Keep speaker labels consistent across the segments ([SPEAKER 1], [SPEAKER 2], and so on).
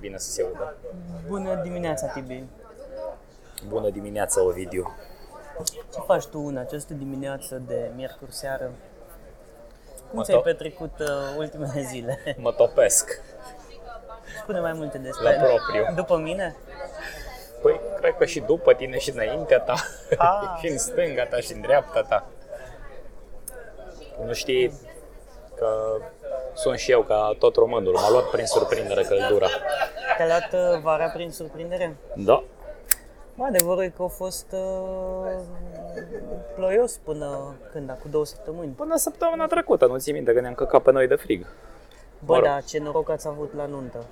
[SPEAKER 1] bine să se audă.
[SPEAKER 2] Bună dimineața, Tibi.
[SPEAKER 1] Bună dimineața, Ovidiu.
[SPEAKER 2] Ce faci tu în această dimineață de miercuri seară? Cum
[SPEAKER 1] Mă
[SPEAKER 2] ți-ai
[SPEAKER 1] to-
[SPEAKER 2] petrecut uh, ultimele zile?
[SPEAKER 1] Mă topesc.
[SPEAKER 2] Spune mai multe despre
[SPEAKER 1] La propriu.
[SPEAKER 2] După mine?
[SPEAKER 1] Păi, cred că și după tine și înaintea ta,
[SPEAKER 2] Ah.
[SPEAKER 1] și în stânga ta și în dreapta ta. Nu știi că sunt și eu ca tot românul. M-a luat prin surprindere căldura.
[SPEAKER 2] Te-a luat uh, vara prin surprindere?
[SPEAKER 1] Da.
[SPEAKER 2] Bă, adevărul e că a fost uh, ploios până când, acum două săptămâni.
[SPEAKER 1] Până săptămâna trecută, nu ți minte că ne-am căcat pe noi de frig.
[SPEAKER 2] Bă,
[SPEAKER 1] Mă rog.
[SPEAKER 2] da, ce noroc ați avut la nuntă.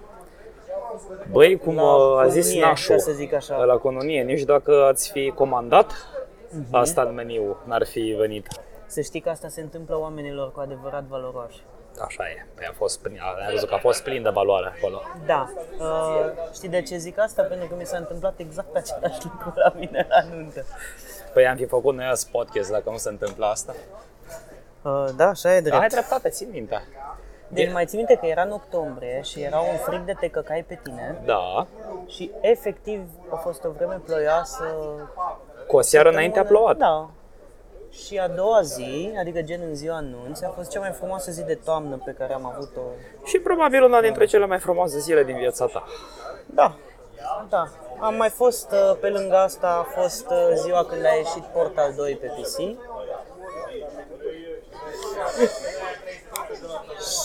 [SPEAKER 1] Băi, cum
[SPEAKER 2] La
[SPEAKER 1] uh, a
[SPEAKER 2] cununie,
[SPEAKER 1] zis Nașu,
[SPEAKER 2] ca să zic așa.
[SPEAKER 1] la conunie, nici dacă ați fi comandat,
[SPEAKER 2] Mhm.
[SPEAKER 1] asta în meniu n-ar fi venit.
[SPEAKER 2] Să știi că asta se întâmplă oamenilor cu adevărat valoroși.
[SPEAKER 1] Așa e, păi a fost plin, a, am văzut că a fost plin de valoare acolo.
[SPEAKER 2] Da. Uh, știi de ce zic asta? Pentru că mi s-a întâmplat exact același lucru la mine la nuntă.
[SPEAKER 1] Păi am fi făcut noi azi podcast dacă nu se întâmplă asta.
[SPEAKER 2] Uh, da, așa e
[SPEAKER 1] Dar ai
[SPEAKER 2] drept.
[SPEAKER 1] dreptate, țin minte.
[SPEAKER 2] Deci mai ții minte că era în octombrie și era un frig de te căcai pe tine
[SPEAKER 1] Da,
[SPEAKER 2] și efectiv a fost o vreme ploioasă.
[SPEAKER 1] cu o seară înainte a plouat.
[SPEAKER 2] Da. Și a doua zi, adică gen în ziua anunț, a fost cea mai frumoasă zi de toamnă pe care am avut-o.
[SPEAKER 1] Și probabil una dintre cele mai frumoase zile din viața ta.
[SPEAKER 2] Da, da. Am mai fost, uh, pe lângă asta, a fost uh, ziua când a ieșit Portal 2 pe PC.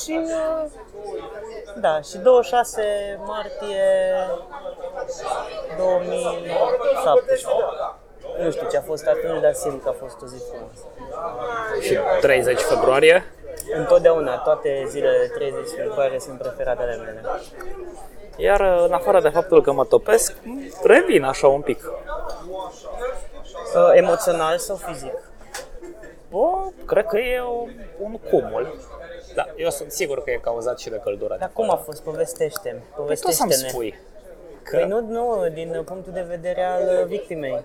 [SPEAKER 2] și, uh, da, și 26 martie 2017. Nu știu ce a fost atunci, dar simt că a fost o zi frumoasă.
[SPEAKER 1] Și 30 februarie,
[SPEAKER 2] Întotdeauna, toate zilele 30 februarie sunt preferate ale mele.
[SPEAKER 1] iar în afară de faptul că mă topesc, revin așa un pic.
[SPEAKER 2] Uh, emoțional sau fizic?
[SPEAKER 1] Bă, cred că e o- un cumul. Da, eu sunt sigur că e cauzat și de căldura.
[SPEAKER 2] Dar cum a fost?
[SPEAKER 1] Păi
[SPEAKER 2] Povestește-mi.
[SPEAKER 1] tu să-mi
[SPEAKER 2] Povestește-ne.
[SPEAKER 1] spui. Că...
[SPEAKER 2] Păi nu, nu, din punctul de vedere al uh, victimei.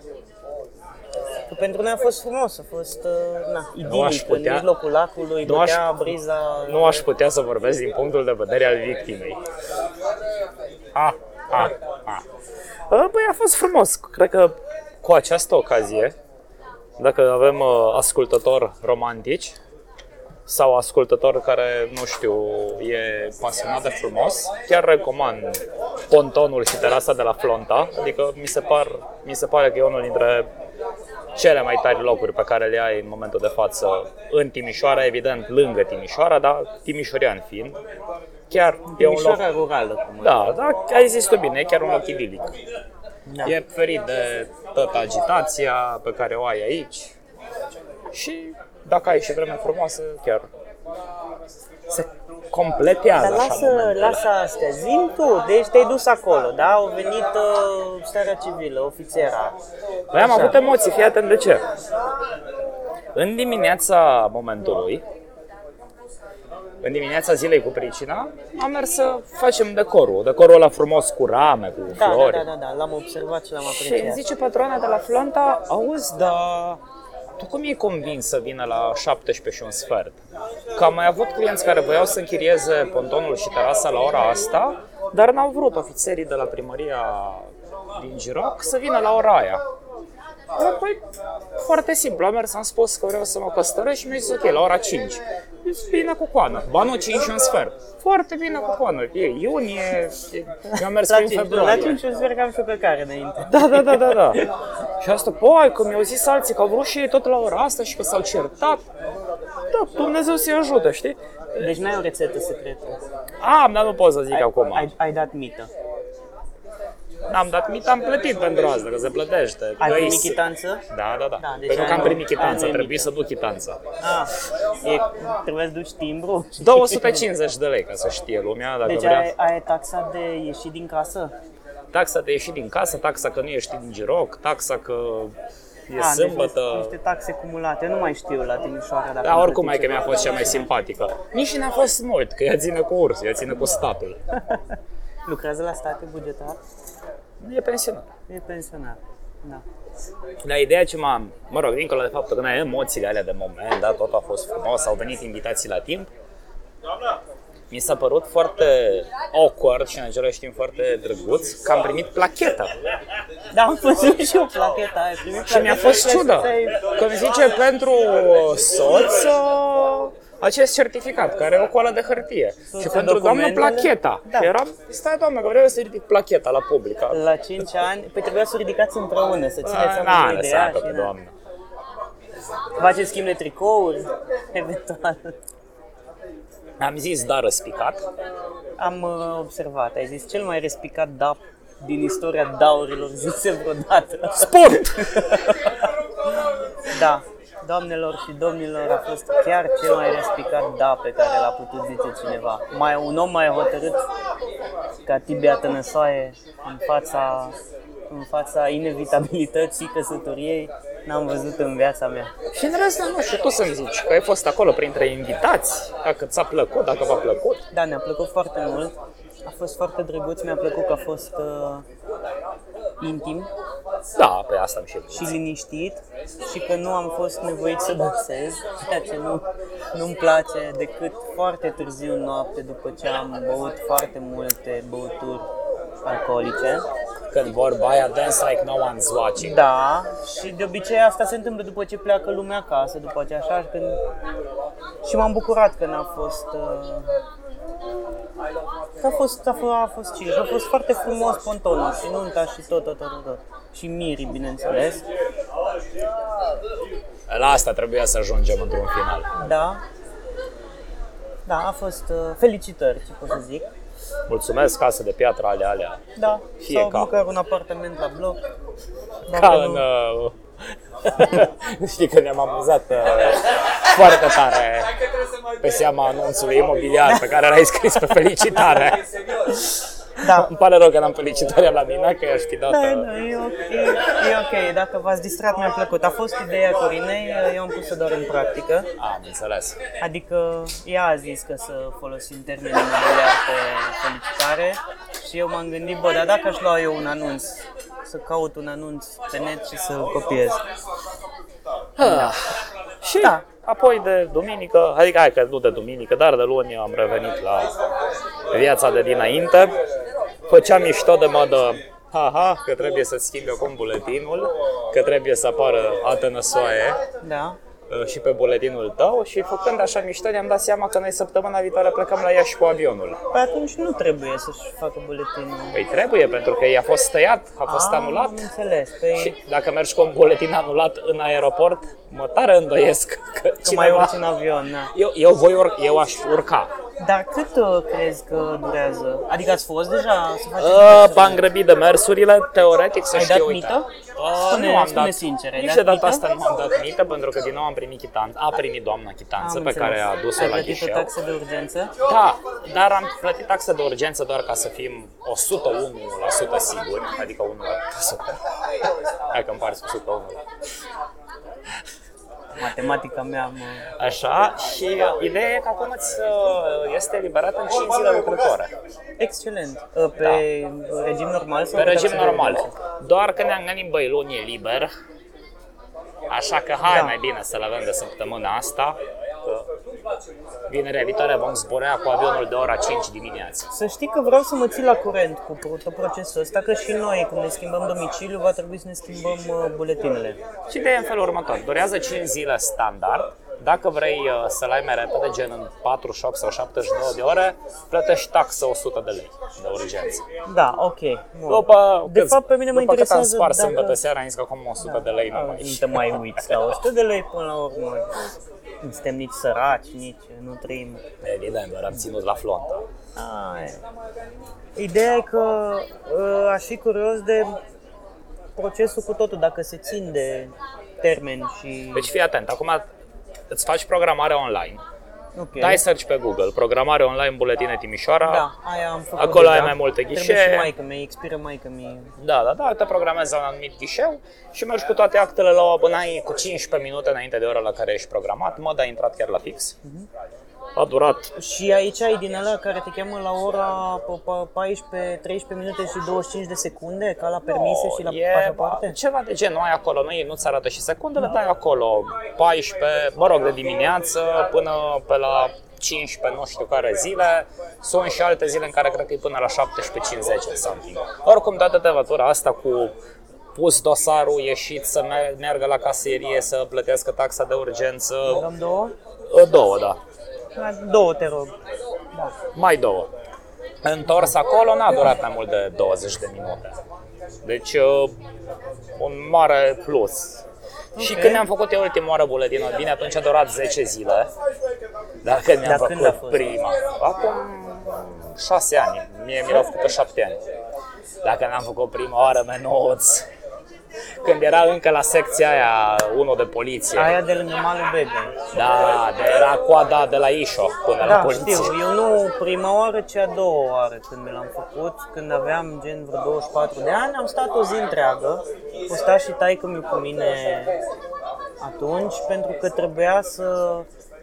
[SPEAKER 2] Că pentru noi a fost frumos, a fost uh, na,
[SPEAKER 1] aș
[SPEAKER 2] idilic,
[SPEAKER 1] putea-
[SPEAKER 2] în mijlocul lacului,
[SPEAKER 1] nu aș-
[SPEAKER 2] bătea briza...
[SPEAKER 1] Nu aș putea să vorbesc din punctul de vedere al victimei. A, a, a. A, Băi, a fost frumos. Cred că cu această ocazie, dacă avem uh, ascultători romantici sau ascultători care, nu știu, e pasionat de frumos, chiar recomand pontonul și terasa de la Flonta. Adică mi se, par, mi se pare că e unul dintre cele mai tari locuri pe care le ai în momentul de față în Timișoara, evident lângă Timișoara, dar timișorian fiind. Chiar e un loc
[SPEAKER 2] Mișoara rurală, cum da.
[SPEAKER 1] da, da, ai zis tu bine, e chiar un loc idilic.
[SPEAKER 2] Da.
[SPEAKER 1] E ferit de toată agitația pe care o ai aici și dacă ai și vreme frumoasă, chiar se completează
[SPEAKER 2] Dar
[SPEAKER 1] așa
[SPEAKER 2] lasă,
[SPEAKER 1] momentele.
[SPEAKER 2] lasă astea, zim tu, deci te-ai dus acolo, da? Au venit uh, starea civilă, ofițera.
[SPEAKER 1] Noi Păi am
[SPEAKER 2] Așa.
[SPEAKER 1] avut emoții, fii atent de ce. În dimineața momentului, în dimineața zilei cu pricina, am mers să facem decorul. Decorul ăla frumos cu rame, cu
[SPEAKER 2] Da, da,
[SPEAKER 1] flori.
[SPEAKER 2] da, da, da, l-am observat și l-am
[SPEAKER 1] Și îmi
[SPEAKER 2] apreciat.
[SPEAKER 1] zice patrona de la Flanta, auzi, dar tu cum e convins să vină la 17 și un sfert? Că am mai avut clienți care voiau să închirieze pontonul și terasa la ora asta, dar n-au vrut ofițerii de la primăria din Giroc să vină la ora aia. Dar, Păi, foarte simplu, am mers, am spus că vreau să mă căsătoresc și mi-a zis, ok, la ora 5. Zis, Bine cu coană. Ba nu, 5 și un sfert. Foarte bine cu coană. E iunie, e... eu am mers
[SPEAKER 2] La
[SPEAKER 1] prin
[SPEAKER 2] cinci, la
[SPEAKER 1] februarie.
[SPEAKER 2] cinci sper că am și o plecare înainte.
[SPEAKER 1] Da, da, da, da, da. Și asta, poi, că mi-au zis alții că au vrut și ei tot la ora asta și că s-au certat. Da, Dumnezeu să-i ajute, știi?
[SPEAKER 2] Deci n-ai o rețetă secretă.
[SPEAKER 1] Am, dar nu pot să zic acum.
[SPEAKER 2] Ai, ai dat mită.
[SPEAKER 1] N-am dat mit, am plătit pentru asta, că se plătește.
[SPEAKER 2] Ai
[SPEAKER 1] Că e
[SPEAKER 2] primit
[SPEAKER 1] s-
[SPEAKER 2] chitanță?
[SPEAKER 1] Da, da, da.
[SPEAKER 2] Da, deci
[SPEAKER 1] Pentru că
[SPEAKER 2] ai-
[SPEAKER 1] am primit
[SPEAKER 2] ai
[SPEAKER 1] chitanța,
[SPEAKER 2] primit.
[SPEAKER 1] trebuie să duc chitanța.
[SPEAKER 2] Ah, e, trebuie să duci timbru?
[SPEAKER 1] 250 de lei, ca să știe lumea, dacă
[SPEAKER 2] Deci
[SPEAKER 1] vrea.
[SPEAKER 2] ai, ai taxa de ieșit din casă?
[SPEAKER 1] Taxa de ieșit din casă, taxa că nu ești din giroc, taxa că e
[SPEAKER 2] Ah, deci niște-
[SPEAKER 1] sâmbătă.
[SPEAKER 2] niște taxe cumulate, nu mai știu la Timișoara dacă...
[SPEAKER 1] Da,
[SPEAKER 2] am
[SPEAKER 1] oricum mai
[SPEAKER 2] plătit
[SPEAKER 1] că mi-a
[SPEAKER 2] ceva.
[SPEAKER 1] fost cea mai simpatică. Nici n-a fost mult, că ea ține cu ursul, ea ține cu statul.
[SPEAKER 2] Lucrează la stat e bugetar?
[SPEAKER 1] Nu e pensionar.
[SPEAKER 2] E pensionar. Da.
[SPEAKER 1] Dar ideea ce m-am, mă rog, dincolo de faptul că n-ai emoțiile alea de moment, da, tot a fost frumos, au venit invitații la timp. mi s-a părut foarte awkward și în același timp foarte drăguț că am primit placheta.
[SPEAKER 2] Da, am văzut și eu placheta aia.
[SPEAKER 1] Și
[SPEAKER 2] Da,
[SPEAKER 1] mi-a fost ciudă că mi zice pentru soț uh, acest certificat, care e o coală de hârtie. și pentru doamnă
[SPEAKER 2] documentele?
[SPEAKER 1] placheta.
[SPEAKER 2] Da.
[SPEAKER 1] Eram, stai doamnă, că vreau să ridic placheta la publica.
[SPEAKER 2] La 5 ani, păi trebuia să o ridicați împreună, să țineți seama
[SPEAKER 1] Ah, Na,
[SPEAKER 2] de ideea
[SPEAKER 1] lăsat-o
[SPEAKER 2] și da.
[SPEAKER 1] pe
[SPEAKER 2] na.
[SPEAKER 1] doamnă.
[SPEAKER 2] Faceți schimb de tricouri, eventual.
[SPEAKER 1] Am zis da răspicat.
[SPEAKER 2] Am uh, observat, ai zis cel mai respicat da din istoria daurilor zise vreodată.
[SPEAKER 1] Sport!
[SPEAKER 2] Da, doamnelor și domnilor, a fost chiar cel mai respicat da pe care l-a putut zice cineva. Mai un om mai hotărât ca Tibia Tănăsoaie în fața, în fața inevitabilității căsătoriei n-am văzut în viața mea.
[SPEAKER 1] și în rest, nu știu, tu să-mi zici că ai fost acolo printre invitați, dacă ți-a plăcut, dacă v-a plăcut.
[SPEAKER 2] Da, ne-a plăcut foarte mult. A fost foarte drăguț, mi-a plăcut că a fost uh, intim
[SPEAKER 1] Da, pe asta am și
[SPEAKER 2] și liniștit și că nu am fost nevoit să dansez, ceea ce nu, nu-mi place decât foarte târziu noapte după ce am băut foarte multe băuturi alcoolice.
[SPEAKER 1] Când vorba aia, dance like no one's watching.
[SPEAKER 2] Da, și de obicei asta se întâmplă după ce pleacă lumea acasă, după ce așa, când... și m-am bucurat că n-a fost... Uh... că A fost, a fost, a fost chill, și a fost foarte frumos pontonul și nunta și tot, tot, tot, tot, tot. Și mirii, bineînțeles.
[SPEAKER 1] La asta trebuia să ajungem într-un final.
[SPEAKER 2] Da. Da, a fost uh, felicitări, ce pot să zic.
[SPEAKER 1] Mulțumesc, casă de piatră, alea, alea.
[SPEAKER 2] Da,
[SPEAKER 1] Fie
[SPEAKER 2] sau
[SPEAKER 1] ca-
[SPEAKER 2] măcar un apartament la bloc.
[SPEAKER 1] Ca
[SPEAKER 2] Dacă
[SPEAKER 1] în...
[SPEAKER 2] nu-
[SPEAKER 1] uh, Știi că ne-am amuzat uh, foarte tare pe seama anunțului imobiliar pe care l-ai scris pe felicitare.
[SPEAKER 2] Da.
[SPEAKER 1] Îmi pare rău că n-am felicitarea la mine, că i-aș fi dat...
[SPEAKER 2] Da,
[SPEAKER 1] uh,
[SPEAKER 2] da, e, ok, e ok, dacă v-ați distrat, mi-a plăcut. A fost ideea Corinei, uh, eu am pus-o doar în practică.
[SPEAKER 1] Am înțeles.
[SPEAKER 2] Adică ea a zis că să folosim termenul imobiliar pe felicitare și eu m-am gândit, bă, dar dacă aș lua eu un anunț, să caut un anunț pe net și să-l copiez.
[SPEAKER 1] Ah, Și
[SPEAKER 2] Da.
[SPEAKER 1] apoi de duminică, adică hai că nu de duminică, dar de luni am revenit la viața de dinainte. Făceam mișto de modă Aha, că trebuie să schimbi acum buletinul, că trebuie să apară atănăsoaie
[SPEAKER 2] Da?
[SPEAKER 1] și pe buletinul tău și făcând așa mișto ne-am dat seama că noi săptămâna viitoare plecăm la Iași cu avionul.
[SPEAKER 2] Păi atunci nu trebuie să-și facă buletinul.
[SPEAKER 1] Păi trebuie, pentru că i-a fost tăiat, a fost
[SPEAKER 2] Ah,
[SPEAKER 1] anulat.
[SPEAKER 2] Am înțeles. Păi,
[SPEAKER 1] Și dacă mergi cu un buletin anulat în aeroport, mă tare îndoiesc că
[SPEAKER 2] că mai
[SPEAKER 1] cineva-
[SPEAKER 2] urci în avion, da.
[SPEAKER 1] Eu, eu, voi ur- eu aș urca.
[SPEAKER 2] Dar cât uh, crezi că durează? Adică ați fost deja să faceți
[SPEAKER 1] Uh,
[SPEAKER 2] diverse-
[SPEAKER 1] am grăbit de mersurile, teoretic să
[SPEAKER 2] Ai
[SPEAKER 1] știu,
[SPEAKER 2] dat
[SPEAKER 1] uite.
[SPEAKER 2] mită?
[SPEAKER 1] Uh,
[SPEAKER 2] Spune-
[SPEAKER 1] nu am
[SPEAKER 2] spune
[SPEAKER 1] dat,
[SPEAKER 2] sincer, ai
[SPEAKER 1] nici
[SPEAKER 2] dat
[SPEAKER 1] de data
[SPEAKER 2] mită?
[SPEAKER 1] asta nu am dat mită, pentru că din nou am primit chitanță, a primit doamna
[SPEAKER 2] Am
[SPEAKER 1] chitanță pe
[SPEAKER 2] înțeles.
[SPEAKER 1] care a adus-o
[SPEAKER 2] Ai
[SPEAKER 1] la
[SPEAKER 2] plătit
[SPEAKER 1] ghișeu.
[SPEAKER 2] o taxă de urgență?
[SPEAKER 1] Da, dar am plătit taxă de urgență doar ca să fim 101% siguri, adică 1%. Hai că împarți cu 101.
[SPEAKER 2] Matematica mea mă...
[SPEAKER 1] Așa, și uh, ideea e că acum îți, uh, este eliberat în 5 zile lucrătoare.
[SPEAKER 2] Excelent. Uh, Pe da. regim normal sau
[SPEAKER 1] Pe regim
[SPEAKER 2] taxă de
[SPEAKER 1] normal.
[SPEAKER 2] urgență?
[SPEAKER 1] Doar că ne-am gândit, băi, luni e liber, așa că hai
[SPEAKER 2] Da.
[SPEAKER 1] mai bine să-l avem de săptămâna asta. că Vinerea viitoare vom zbura cu avionul de ora 5 dimineața.
[SPEAKER 2] Să știi că vreau să mă ții la curent cu pro- tot procesul ăsta, că și noi, când ne schimbăm domiciliu, va trebui să ne schimbăm uh, buletinele.
[SPEAKER 1] Și ideea e în felul următor. Durează 5 zile standard. Dacă vrei uh, să-l ai mai repede, gen în 48 sau 79 de ore, plătești taxă 100 de lei de urgență.
[SPEAKER 2] Da, ok. bun.
[SPEAKER 1] După,
[SPEAKER 2] de
[SPEAKER 1] câți-
[SPEAKER 2] fapt, pe mine mă
[SPEAKER 1] după cât am
[SPEAKER 2] interesează
[SPEAKER 1] spart
[SPEAKER 2] dacă-
[SPEAKER 1] sâmbătă seara, am zis că acum 100 de lei nu mai
[SPEAKER 2] Nu te mai uiți la 100 de lei până la urmă. Nu suntem nici săraci, nici nu trăim.
[SPEAKER 1] Evident, doar am ținut la flontă.
[SPEAKER 2] Ai. Ideea e că uh, aș fi curios de procesul cu totul, dacă se țin de termen și...
[SPEAKER 1] Deci fii atent, acum îți faci programare online,
[SPEAKER 2] Ok.
[SPEAKER 1] dai search pe Google, programare online, buletine Timișoara,
[SPEAKER 2] Da, aia am făcut
[SPEAKER 1] Acolo ai
[SPEAKER 2] deja.
[SPEAKER 1] mai multe
[SPEAKER 2] Trebuie
[SPEAKER 1] ghișee.
[SPEAKER 2] și maică mea, expiră maică mea.
[SPEAKER 1] da, da, da, te programezi la un anumit ghișeu și mergi cu toate actele la o abonai cu 15 minute înainte de ora la care ești programat, mă, ai intrat chiar la fix. A durat.
[SPEAKER 2] Și aici ai din ăla care te cheamă la ora pe- pe 14, 13 minute și 25 de secunde, ca la permise și la
[SPEAKER 1] Oh, e
[SPEAKER 2] pașapoarte?
[SPEAKER 1] ceva de genul, ai acolo, nu, nu-ți arată și secundele, dai acolo 14, mă rog, de dimineață până pe la 15 nu știu care zile, sunt și alte zile în care cred că e până la 17.50 something. Oricum, toată tevatura asta cu pus dosarul, ieșit să mer- meargă la caserie, să plătească taxa de urgență,
[SPEAKER 2] Dăm două?
[SPEAKER 1] două, da.
[SPEAKER 2] La Două, te rog. Da.
[SPEAKER 1] mai două. Întors acolo n-a durat mai mult de 20 de minute. Deci uh, un mare plus. Și
[SPEAKER 2] Ok.
[SPEAKER 1] când ne-am făcut eu ultima oară buletinul, bine, atunci a durat 10 zile. Dacă ne-am
[SPEAKER 2] Dar
[SPEAKER 1] făcut
[SPEAKER 2] când a fost?
[SPEAKER 1] prima. Acum 6 ani. Mie mi l-au făcut 7 ani. Dacă ne-am făcut prima oară menuț. Când era încă la secția aia, unul de poliție.
[SPEAKER 2] Aia de lângă malul Bebe.
[SPEAKER 1] Da, de era coada de la Ișo până la
[SPEAKER 2] Da,
[SPEAKER 1] poliție.
[SPEAKER 2] știu, eu nu prima oară, ci a doua oară când mi l-am făcut, când aveam gen vreo 24 de ani, am stat o zi întreagă, o sta și taică mi cu mine atunci, pentru că trebuia să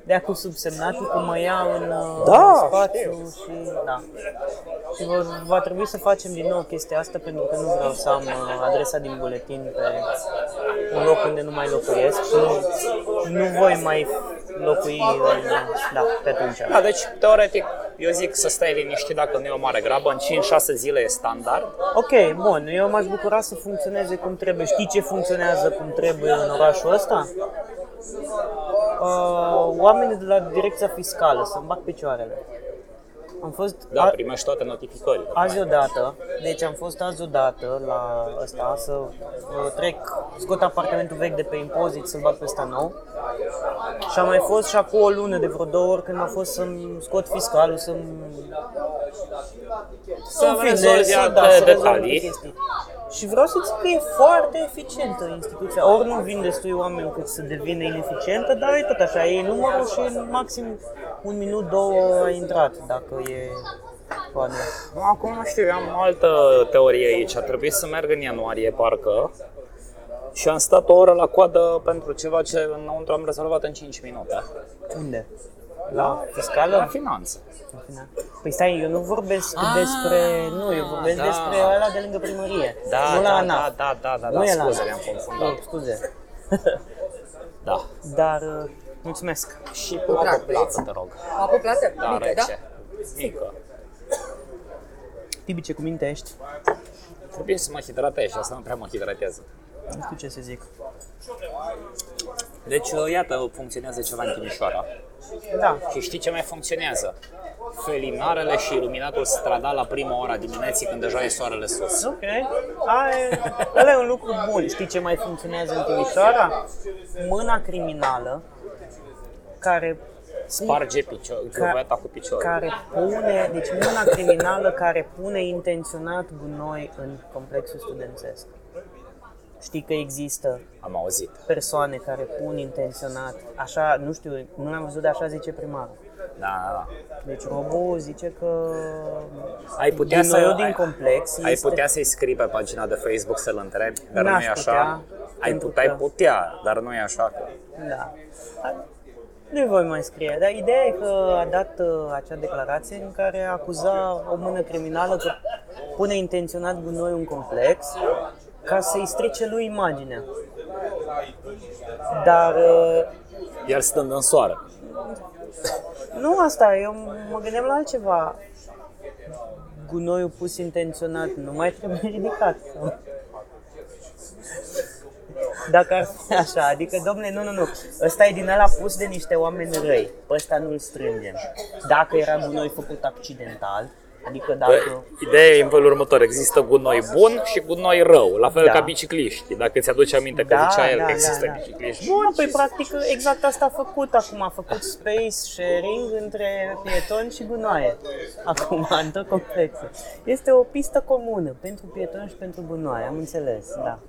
[SPEAKER 2] dea cu subsemnatul cum mă ia în, uh,
[SPEAKER 1] Da,
[SPEAKER 2] în spațiu și da. Și va, va trebui să facem din nou chestia asta pentru că nu vreau să am uh, adresa din buletin pe un loc unde nu mai locuiesc și nu, nu voi mai locui în, da, pe atunci.
[SPEAKER 1] Da, deci, teoretic, eu zic să stai liniștit dacă nu e o mare grabă, în 5-6 zile e standard.
[SPEAKER 2] Ok, bun, eu m-aș bucura să funcționeze cum trebuie. Știi ce funcționează cum trebuie în orașul ăsta? Uh, oamenii de la direcția fiscală, să-mi bag picioarele. Am fost
[SPEAKER 1] Da,
[SPEAKER 2] a-
[SPEAKER 1] primești toate notificările.
[SPEAKER 2] azi odată, deci am fost azi odată la ăsta să uh, trec, scot apartamentul vechi de pe impozit, să-l bag pe ăsta nou. Și am mai fost și acum o lună de vreo două ori când a fost să-mi scot fiscalul, să-mi
[SPEAKER 1] Să
[SPEAKER 2] în fine,
[SPEAKER 1] rezolvi
[SPEAKER 2] să-
[SPEAKER 1] alte
[SPEAKER 2] da, să rezolv alte
[SPEAKER 1] detalii.
[SPEAKER 2] chestii. Și vreau să zic că e foarte eficientă instituția. Ori nu vin destui oameni cât să devină ineficientă, dar e tot așa, e numărul și în maxim un minut, două ai intrat, dacă e toată.
[SPEAKER 1] Acum nu știu, eu am altă teorie aici. A trebuit să merg în ianuarie, parcă, și am stat o oră la coadă pentru ceva ce înăuntru am rezolvat în 5 minute.
[SPEAKER 2] Unde? La
[SPEAKER 1] La
[SPEAKER 2] fiscală?
[SPEAKER 1] finanțe.
[SPEAKER 2] Păi stai, eu nu vorbesc
[SPEAKER 1] Ah,
[SPEAKER 2] despre... Nu, eu vorbesc
[SPEAKER 1] da.
[SPEAKER 2] despre ăla de lângă primărie.
[SPEAKER 1] Da,
[SPEAKER 2] nu la
[SPEAKER 1] da,
[SPEAKER 2] ANAF.
[SPEAKER 1] da, da, da, da,
[SPEAKER 2] Nu
[SPEAKER 1] da,
[SPEAKER 2] e la
[SPEAKER 1] scuze,
[SPEAKER 2] ANAF.
[SPEAKER 1] le-am confundat.
[SPEAKER 2] Nu, scuze.
[SPEAKER 1] Da.
[SPEAKER 2] Dar, uh, mulțumesc.
[SPEAKER 1] Și cu apă plată, te rog.
[SPEAKER 3] Apă plată?
[SPEAKER 1] Da,
[SPEAKER 3] Mică, da?
[SPEAKER 1] rece. Mică.
[SPEAKER 2] Tibi, ce cuminte ești?
[SPEAKER 1] Trebuie să mă hidratez și asta nu prea mă hidratează.
[SPEAKER 2] Nu știu ce să zic.
[SPEAKER 1] Deci, iată, funcționează ceva în Timișoara.
[SPEAKER 2] Da,
[SPEAKER 1] Și știi ce mai funcționează? Felinarele și iluminatul stradal la prima ora dimineții când deja e soarele sus.
[SPEAKER 2] Ok. Ai, ăla e un lucru bun. Știi ce mai funcționează în Timișoara? Mâna criminală care
[SPEAKER 1] Sparge picior, cuveta cu piciorul.
[SPEAKER 2] care pune, deci mâna criminală care pune intenționat gunoi în complexul studențesc. Știi că există
[SPEAKER 1] Am auzit.
[SPEAKER 2] persoane care pun intenționat, așa, nu știu, nu l-am văzut, dar așa zice primarul.
[SPEAKER 1] Da, da, da.
[SPEAKER 2] Deci robul zice că
[SPEAKER 1] Ai putea să...
[SPEAKER 2] gunoiul din
[SPEAKER 1] ai-
[SPEAKER 2] complex
[SPEAKER 1] Ai
[SPEAKER 2] este
[SPEAKER 1] putea să-i scrii pe pagina de Facebook să-l întrebi, dar
[SPEAKER 2] N-aș
[SPEAKER 1] nu e așa?
[SPEAKER 2] putea,
[SPEAKER 1] ai
[SPEAKER 2] pentru
[SPEAKER 1] putea, ai
[SPEAKER 2] că-
[SPEAKER 1] putea, dar nu e așa. Că...
[SPEAKER 2] Da. A- Nu-i voi mai scrie, dar ideea e că a dat uh, acea declarație în care acuza o mână criminală că pune intenționat gunoi în complex ca să-i strice lui imaginea. Dar uh,
[SPEAKER 1] Iar stând în soare.
[SPEAKER 2] nu asta, eu m- mă gândeam la altceva. Gunoiul pus intenționat nu mai trebuie ridicat. sau? Dacă ar fi așa, adică, domnule, nu, nu, nu, ăsta e din ăla pus de niște oameni răi, pe ăsta nu-l strângem. Dacă era gunoi făcut accidental, adică
[SPEAKER 1] Păi,
[SPEAKER 2] dacă...
[SPEAKER 1] Ideea e în felul următor. Există gunoi bun și gunoi rău, la fel
[SPEAKER 2] Da.
[SPEAKER 1] ca bicicliști. Dacă ți-aduce aminte că
[SPEAKER 2] Da,
[SPEAKER 1] zicea el
[SPEAKER 2] da,
[SPEAKER 1] că
[SPEAKER 2] da,
[SPEAKER 1] există
[SPEAKER 2] da.
[SPEAKER 1] bicicliști
[SPEAKER 2] Bun, păi practic exact asta a făcut acum, a făcut space sharing între pietoni și gunoaie. Acum, în tot complexul. Este o pistă comună pentru pietoni și pentru gunoaie, am înțeles, da.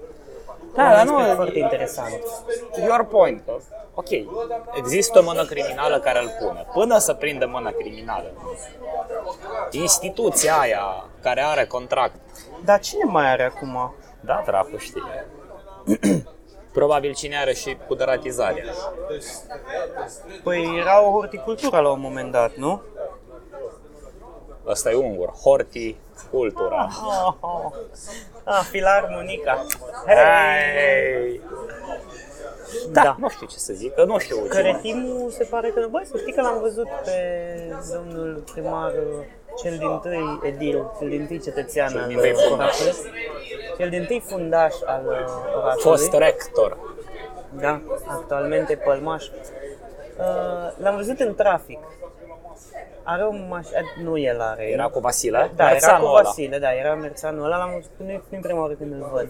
[SPEAKER 2] Da,
[SPEAKER 1] dar
[SPEAKER 2] dar
[SPEAKER 1] nu-
[SPEAKER 2] nu e foarte interesant.
[SPEAKER 1] Your point. Ok, există o mână criminală care îl pune. Până să prindă mâna criminală, instituția aia care are contract,
[SPEAKER 2] Dar cine mai are acum?
[SPEAKER 1] da, dracu știe. Probabil cine are și cu deratizarea.
[SPEAKER 2] Păi era o horticultură la un moment dat, nu?
[SPEAKER 1] Ăsta e ungur, horti, cultura.
[SPEAKER 2] Oh, oh. Ah, filarmonica. Hei!
[SPEAKER 1] Hey! Da,
[SPEAKER 2] Da.
[SPEAKER 1] nu știu ce să zic, că nu știu ce mai-
[SPEAKER 2] Căretimul se pare că, băi, să știi că l-am văzut pe domnul primar, cel din tâi edil, cel din tâi cetățean
[SPEAKER 1] Cel
[SPEAKER 2] al
[SPEAKER 1] din tâi fundaș.
[SPEAKER 2] orașului, cel din tâi fundaș al uh, orașului,
[SPEAKER 1] Fost rector.
[SPEAKER 2] da, actualmente pălmaș. Uh, L-am văzut în trafic. Are o mașină, nu el are,
[SPEAKER 1] Era cu Vasile?
[SPEAKER 2] da, era
[SPEAKER 1] Merțanul
[SPEAKER 2] cu
[SPEAKER 1] ăla.
[SPEAKER 2] Vasile, da, era merțanul ăla, l-am văzut, nu e nu e prima oară când îl văd.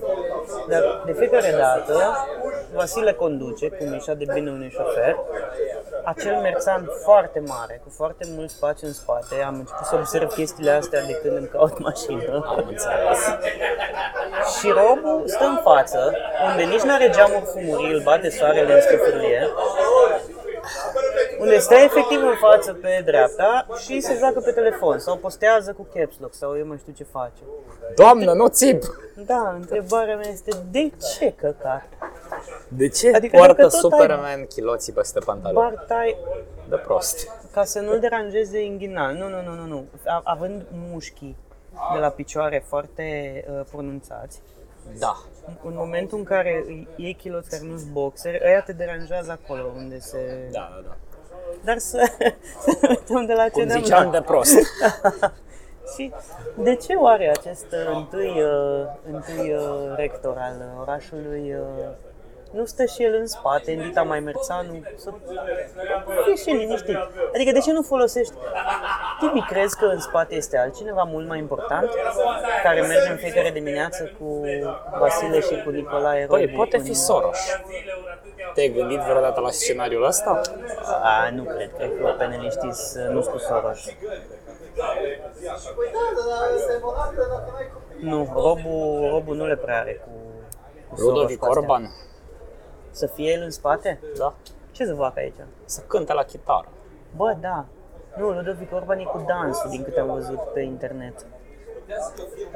[SPEAKER 2] Dar de fiecare dată, Vasile conduce, cum ieșea de bine unui șofer, acel merțan foarte mare, cu foarte mult spațiu în spate, am început să observ chestiile astea de când îmi caut mașină.
[SPEAKER 1] Am înțeles.
[SPEAKER 2] Și robul stă în față, unde nici nu are geamuri fumurii, îl bate soarele în scăfârlie, unde stă efectiv în față pe dreapta și se joacă pe telefon sau postează cu caps lock sau eu mai știu ce face.
[SPEAKER 1] Doamnă, nu țip!
[SPEAKER 2] Da, întrebarea mea este de ce căcat?
[SPEAKER 1] De ce
[SPEAKER 2] Adică
[SPEAKER 1] adică
[SPEAKER 2] dacă
[SPEAKER 1] poartă
[SPEAKER 2] tot ai-
[SPEAKER 1] Superman ai... chiloții peste pantaloni?
[SPEAKER 2] Doar tai
[SPEAKER 1] De prost.
[SPEAKER 2] ca să nu-l deranjeze inghinal. Nu, nu, nu, nu, nu. A- Având mușchii de la picioare foarte uh, pronunțați,
[SPEAKER 1] Da.
[SPEAKER 2] în momentul în care îi iei chiloți care nu-s boxer, ăia te deranjează acolo unde se...
[SPEAKER 1] Da, da, da.
[SPEAKER 2] Dar să, să ne uităm de la ce
[SPEAKER 1] Cum
[SPEAKER 2] ne-am
[SPEAKER 1] ziceam,
[SPEAKER 2] luat.
[SPEAKER 1] de prost.
[SPEAKER 2] Și de ce oare acest uh, întâi, uh, întâi uh, rector al uh, orașului uh, nu stă și el în spate, în Dita mai Merțanu, să fie și liniștit? Adică de ce nu folosești? Tibi, crezi că în spate este altcineva mult mai important care merge în fiecare dimineață cu Vasile și cu Nicolae
[SPEAKER 1] Păi,
[SPEAKER 2] Robi
[SPEAKER 1] poate
[SPEAKER 2] în-
[SPEAKER 1] fi Soros. Te-ai gândit vreodată la scenariul
[SPEAKER 2] Da,
[SPEAKER 1] ăsta?
[SPEAKER 2] A, nu cred, cred că peneliștii sunt- nu sunt cu Soros. Nu, Robu, Robu nu le prea are cu, cu Soros
[SPEAKER 1] Ludovic
[SPEAKER 2] cu astea.
[SPEAKER 1] Orban?
[SPEAKER 2] Să fie el în spate?
[SPEAKER 1] Da.
[SPEAKER 2] Ce să fac aici?
[SPEAKER 1] Să cânte la chitară.
[SPEAKER 2] Bă, da. Nu, Ludovic Orban e cu dansul, din câte am văzut pe internet.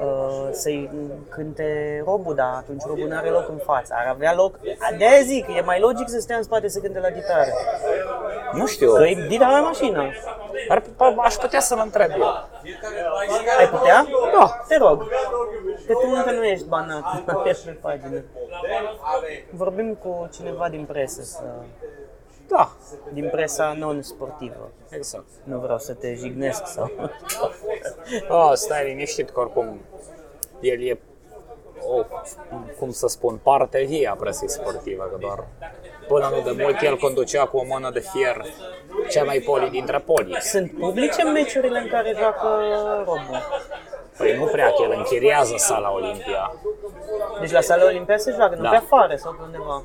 [SPEAKER 2] Uh, să-i cânte Robu, dar atunci Robu nu are loc în față. Ar avea loc... de zic, e mai logic să stea în spate să cânte la chitară.
[SPEAKER 1] Nu știu.
[SPEAKER 2] Că e dita la mașină.
[SPEAKER 1] Ar, aș putea să-l întreb eu.
[SPEAKER 2] Ai putea?
[SPEAKER 1] Da.
[SPEAKER 2] Te rog. Că tu încă nu ești banat ești pe pagină. Vorbim cu cineva din presă, să,
[SPEAKER 1] Da,
[SPEAKER 2] din presa non-sportivă.
[SPEAKER 1] exact.
[SPEAKER 2] Nu vreau să te jignesc sau...
[SPEAKER 1] Oh, stai liniștit că oricum el e o, cum să spun, parte vie a presei sportive, că doar până nu de mult el conducea cu o mână de fier cea mai poli dintre polii.
[SPEAKER 2] Sunt publice meciurile în care joacă Robu.
[SPEAKER 1] Păi nu prea, că el închiriază sala Olimpia.
[SPEAKER 2] Deci la sala Olimpia se joacă, nu
[SPEAKER 1] Da.
[SPEAKER 2] pe afară sau pe undeva.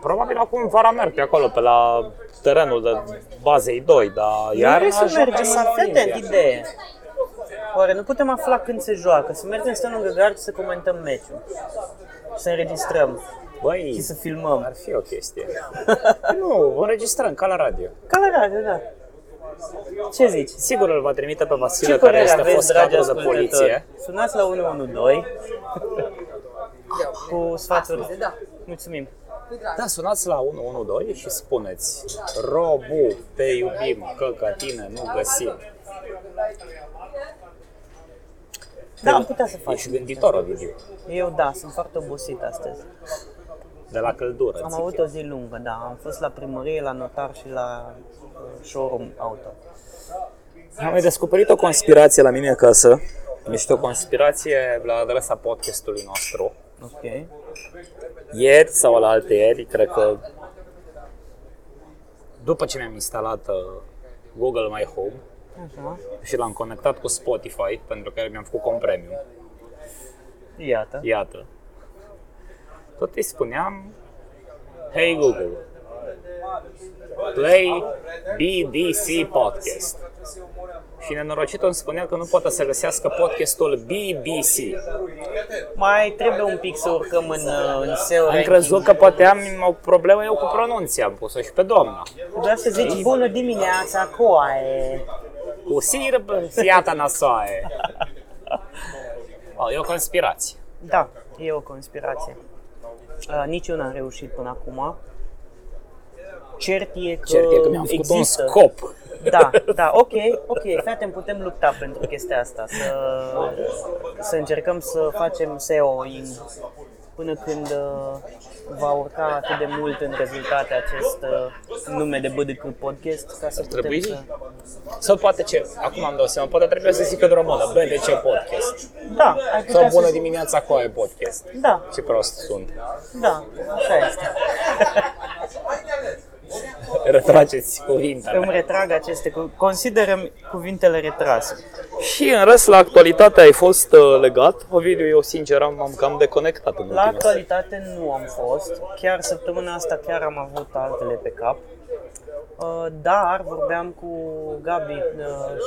[SPEAKER 1] Probabil acum vara merg pe acolo, pe la terenul de bazei 2, dar iar
[SPEAKER 2] Iar să mergem în fete,
[SPEAKER 1] Olimpia.
[SPEAKER 2] idee. Oare nu putem afla când se joacă? Să mergem să stăm lângă gard și să comentăm meciul. Să înregistrăm și
[SPEAKER 1] Băi,
[SPEAKER 2] să filmăm.
[SPEAKER 1] ar fi o chestie. nu, înregistrăm ca la radio.
[SPEAKER 2] Ca la radio, da. Ce zici?
[SPEAKER 1] Sigur îl va trimite pe Vasile,
[SPEAKER 2] Ce
[SPEAKER 1] care
[SPEAKER 2] părere
[SPEAKER 1] este
[SPEAKER 2] aveți,
[SPEAKER 1] fost
[SPEAKER 2] dragi
[SPEAKER 1] cadru de poliție.
[SPEAKER 2] ascultători? Sunați la 112 cu sfaturi. Mulțumim.
[SPEAKER 1] Da, sunați la 112 și spuneți Robu, te iubim, că ca tine nu găsim.
[SPEAKER 2] Da, am putea să facem.
[SPEAKER 1] Ești gânditor, Ovidiu,
[SPEAKER 2] Eu da, sunt foarte obosit astăzi.
[SPEAKER 1] de la căldură.
[SPEAKER 2] Am
[SPEAKER 1] zic
[SPEAKER 2] avut
[SPEAKER 1] eu.
[SPEAKER 2] o zi lungă, da. Am fost la primărie, la notar și la uh, showroom auto.
[SPEAKER 1] Am mai descoperit o conspirație la mine acasă. Este o conspirație la adresa podcastului nostru.
[SPEAKER 2] Ok.
[SPEAKER 1] Ieri sau la alte ieri, cred că după ce mi-am instalat uh, Google My Home,
[SPEAKER 2] Așa.
[SPEAKER 1] și l-am conectat cu Spotify, pentru care mi-am făcut cont premium.
[SPEAKER 2] Iată.
[SPEAKER 1] Iată. Tot îi spuneam, Hey Google, play BBC Podcast. Și nenorocitul îmi spunea că nu poate să găsească podcastul BBC.
[SPEAKER 2] Mai trebuie un pic să urcăm în, uh, în SEO.
[SPEAKER 1] Am crezut că poate am o problemă eu cu pronunția, am pus-o și pe doamna.
[SPEAKER 2] Vreau să zici bună dimineața, coaie.
[SPEAKER 1] Cu sirb, fiata nasoaie. Oh, e o conspirație.
[SPEAKER 2] Da, e o conspirație. Uh, nici eu n-am reușit până acum. Cert e că,
[SPEAKER 1] Cert e că mi-am făcut un
[SPEAKER 2] există,
[SPEAKER 1] scop.
[SPEAKER 2] Da, da, ok, ok, fii atent, putem lupta pentru chestia asta, să, să încercăm să facem SEO-ing până când uh, va urca atât de mult în rezultate acest uh, nume de BDC podcast ca să Ar putem
[SPEAKER 1] trebui?
[SPEAKER 2] să...
[SPEAKER 1] Sau poate ce, acum am dau seama, poate trebuie să zică în română, BDC Podcast.
[SPEAKER 2] Da, ai putea
[SPEAKER 1] Sau
[SPEAKER 2] să
[SPEAKER 1] bună
[SPEAKER 2] zici-
[SPEAKER 1] dimineața, coaie podcast.
[SPEAKER 2] Da,
[SPEAKER 1] Ce prost sunt.
[SPEAKER 2] da, așa este.
[SPEAKER 1] Retrageți
[SPEAKER 2] Îmi
[SPEAKER 1] cuvintele.
[SPEAKER 2] retrag aceste, cu- considerăm cuvintele retrase.
[SPEAKER 1] Și în rest, la actualitate ai fost uh, legat. Ovidiu, eu sincer am, am cam deconectat în
[SPEAKER 2] La
[SPEAKER 1] ultima seară.
[SPEAKER 2] actualitate nu am fost, chiar săptămâna asta chiar am avut altele pe cap. Uh, Dar vorbeam cu Gabi uh,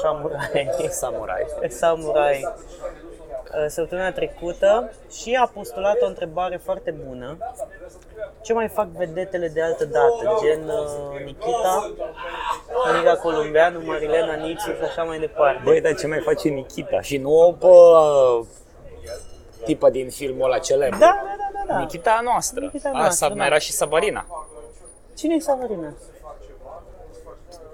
[SPEAKER 2] Samurai,
[SPEAKER 1] Samurai.
[SPEAKER 2] Samurai uh, săptămâna trecută și a postulat o întrebare foarte bună. Ce mai fac vedetele de altă dată, gen uh, Nikita, Liga Columbeanu, Marilena Nici și așa mai departe?
[SPEAKER 1] Băi, dar ce mai face Nikita? Și nu o bă, tipă din filmul ăla celebru.
[SPEAKER 2] Da, da, da, da, da.
[SPEAKER 1] Nikita a noastră.
[SPEAKER 2] Nikita
[SPEAKER 1] a,
[SPEAKER 2] a noastră,
[SPEAKER 1] Sab-
[SPEAKER 2] da.
[SPEAKER 1] mai era și Sabarina.
[SPEAKER 2] Cine e Savarina?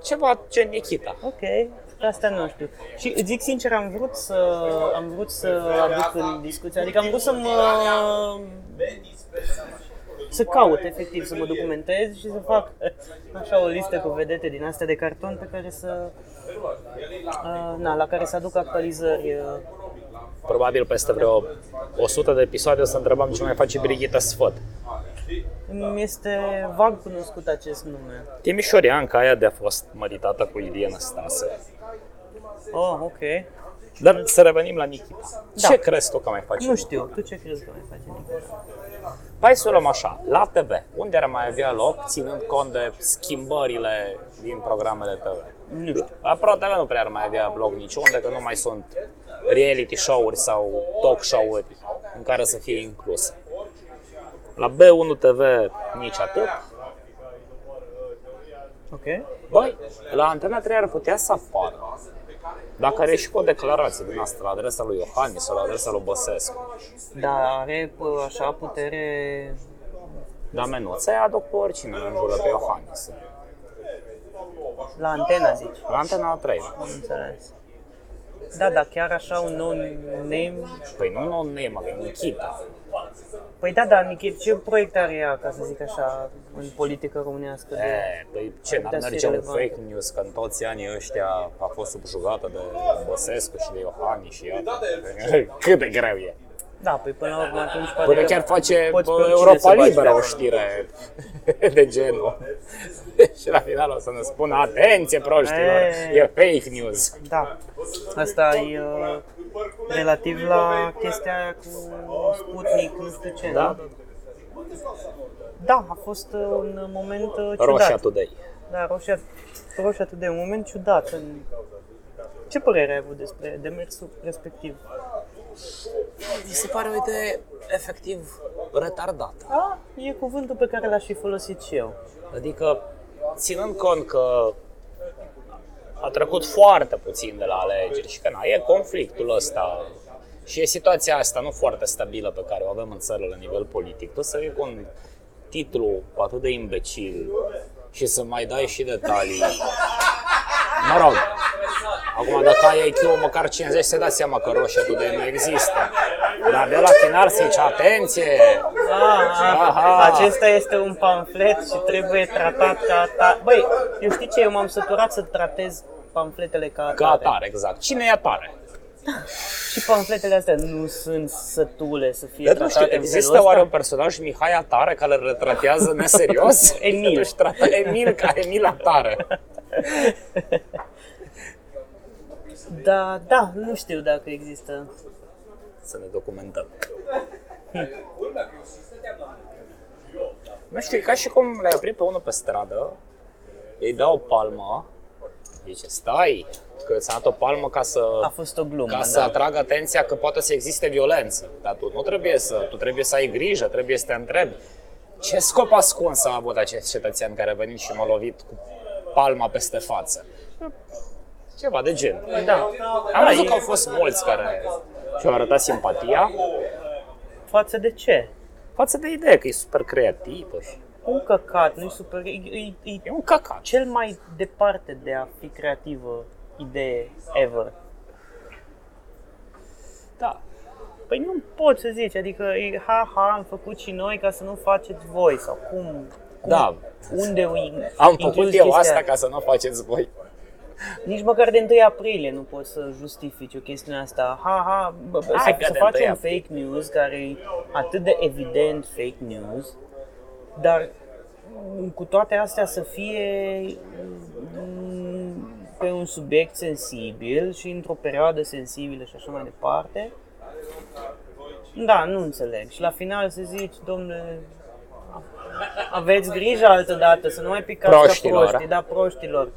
[SPEAKER 1] Ceva gen Nikita.
[SPEAKER 2] Ok, asta nu știu. Și îți zic sincer, am vrut să, am vrut să aduc în discuție, adică am vrut să mă să caut efectiv, să mă documentez și să fac așa o listă cu vedete din astea de carton pe care să uh, na, la care să aduc actualizări. uh.
[SPEAKER 1] Probabil peste vreo 100 de episoade o să întrebam ce mai face Brigitta Sfăt.
[SPEAKER 2] Îmi este vag cunoscut acest nume.
[SPEAKER 1] Timișoreanca aia de a fost măritată cu Iliana Stase.
[SPEAKER 2] Oh, ok.
[SPEAKER 1] Dar să revenim la Nikita.
[SPEAKER 2] Da.
[SPEAKER 1] Ce crezi tu că mai face?
[SPEAKER 2] Nu știu, tu ce crezi că mai face? Nicola?
[SPEAKER 1] Hai să o luăm așa, la TV, unde ar mai avea loc, ținând cont de schimbările din programele TV?
[SPEAKER 2] Nu știu.
[SPEAKER 1] La Pro TV nu prea ar mai avea blog niciunde, că nu mai sunt reality show-uri sau talk show-uri în care să fie incluse. La B1 TV nici atât.
[SPEAKER 2] Ok.
[SPEAKER 1] Băi, la Antena 3 ar putea să apară. Dacă are și cu o declarație din asta la adresa lui Iohannis sau la adresa lui Băsescu.
[SPEAKER 2] Da, are pă, așa putere
[SPEAKER 1] Dar menuța aia aduc pe oricine în jură pe Iohannis.
[SPEAKER 2] la antena, zici.
[SPEAKER 1] La Antena 3.
[SPEAKER 2] Am înțeles. Da, da, chiar așa un nou name.
[SPEAKER 1] Păi nu, nu, nu e mă, e da. Nikita.
[SPEAKER 2] Păi da, da, Nichit, ce proiect are ea, ca să zic așa, în politică românească? De...
[SPEAKER 1] E, păi ce, n-ar
[SPEAKER 2] Putea să
[SPEAKER 1] merge
[SPEAKER 2] fie
[SPEAKER 1] un
[SPEAKER 2] relevant.
[SPEAKER 1] fake news că în toți anii ăștia a fost subjugată de Băsescu și de Iohannis și iată. Cât de greu e.
[SPEAKER 2] Da, păi până la urmă atunci poate...
[SPEAKER 1] Până chiar face
[SPEAKER 2] poți
[SPEAKER 1] bă,
[SPEAKER 2] pe oricine
[SPEAKER 1] Europa
[SPEAKER 2] să bagi
[SPEAKER 1] Liberă
[SPEAKER 2] de
[SPEAKER 1] o
[SPEAKER 2] acolo.
[SPEAKER 1] știre de genul. și la final o să ne spună, atenție proștilor,
[SPEAKER 2] E.
[SPEAKER 1] e fake news.
[SPEAKER 2] Da, asta e uh, relativ la chestia aia cu Sputnik, nu știu ce.
[SPEAKER 1] Da?
[SPEAKER 2] Da, a fost uh, un moment uh, ciudat.
[SPEAKER 1] Roșia Today.
[SPEAKER 2] Da, Roșia, Roșia de un moment ciudat. În... Ce părere ai avut despre demersul respectiv?
[SPEAKER 1] Mi se pare o idee efectiv retardată.
[SPEAKER 2] A, e cuvântul pe care l-aș fi folosit și eu.
[SPEAKER 1] Adică, ținând cont că a trecut foarte puțin de la alegeri și că na, e conflictul ăsta și e situația asta nu foarte stabilă pe care o avem în țară la nivel politic, tu să vii cu un titlu atât de imbecil și să mai dai și detalii. Mă rog, acum dacă ai IQ măcar 50 se da seama că roșia tu de nu există. Dar de la final să zici, atenție, Aha.
[SPEAKER 2] Aha. Ah, Acesta este un pamflet și trebuie tratat ca atare. Băi, eu știi ce? Eu m-am săturat să tratez pamfletele ca atare.
[SPEAKER 1] ca atare, exact. Cine e atare?
[SPEAKER 2] Și pamfletele astea nu sunt sătule să fie
[SPEAKER 1] Dar Da, nu
[SPEAKER 2] tratate
[SPEAKER 1] știu,
[SPEAKER 2] în
[SPEAKER 1] există
[SPEAKER 2] felul
[SPEAKER 1] oare un
[SPEAKER 2] ăsta.
[SPEAKER 1] personaj Mihai Atare care îl retratează neserios?
[SPEAKER 2] Emil.
[SPEAKER 1] Își trată Emil ca Emil Atare.
[SPEAKER 2] Da, da, nu știu dacă există.
[SPEAKER 1] Să ne documentăm. Nu știu, e ca și cum l-ai oprit pe unul pe stradă, îi dau o palmă, zice, stai, că ți-am dat o palmă ca să
[SPEAKER 2] A fost o glumă,
[SPEAKER 1] ca să
[SPEAKER 2] da.
[SPEAKER 1] atragă atenția că poate să existe violență. Dar tu nu trebuie să, tu trebuie să ai grijă, trebuie să te întrebi ce scop ascuns a avut acest cetățean care a venit și m-a lovit cu palma peste față. Ceva de gen.
[SPEAKER 2] Da.
[SPEAKER 1] Am văzut că au fost mulți care și-au arătat simpatia
[SPEAKER 2] Față de ce?
[SPEAKER 1] față de ideea că e super creativă și
[SPEAKER 2] un căcat, nu-i super... E, e, e
[SPEAKER 1] E un căcat.
[SPEAKER 2] cel mai departe de a fi creativă idee ever.
[SPEAKER 1] Da.
[SPEAKER 2] Păi nu pot să zici, adică e, ha, ha, am făcut și noi ca să nu faceți voi sau cum, cum
[SPEAKER 1] Da.
[SPEAKER 2] unde o in-
[SPEAKER 1] Am făcut
[SPEAKER 2] incluzi
[SPEAKER 1] eu
[SPEAKER 2] chestia
[SPEAKER 1] asta ca să nu o faceți voi.
[SPEAKER 2] Nici măcar de 1 aprilie nu poți să justifici o chestiune asta. Ha, ha, bă, bă,
[SPEAKER 1] Hai
[SPEAKER 2] să,
[SPEAKER 1] că
[SPEAKER 2] să
[SPEAKER 1] de 1
[SPEAKER 2] facem
[SPEAKER 1] aprilie.
[SPEAKER 2] fake news care e atât de evident fake news, dar m, cu toate astea să fie m, pe un subiect sensibil și într-o perioadă sensibilă și așa mai departe. Da, nu înțeleg. Și la final să zici, domnule, aveți grijă altă dată să nu mai picați
[SPEAKER 1] Proștilor.
[SPEAKER 2] ca proștii, da, proștilor.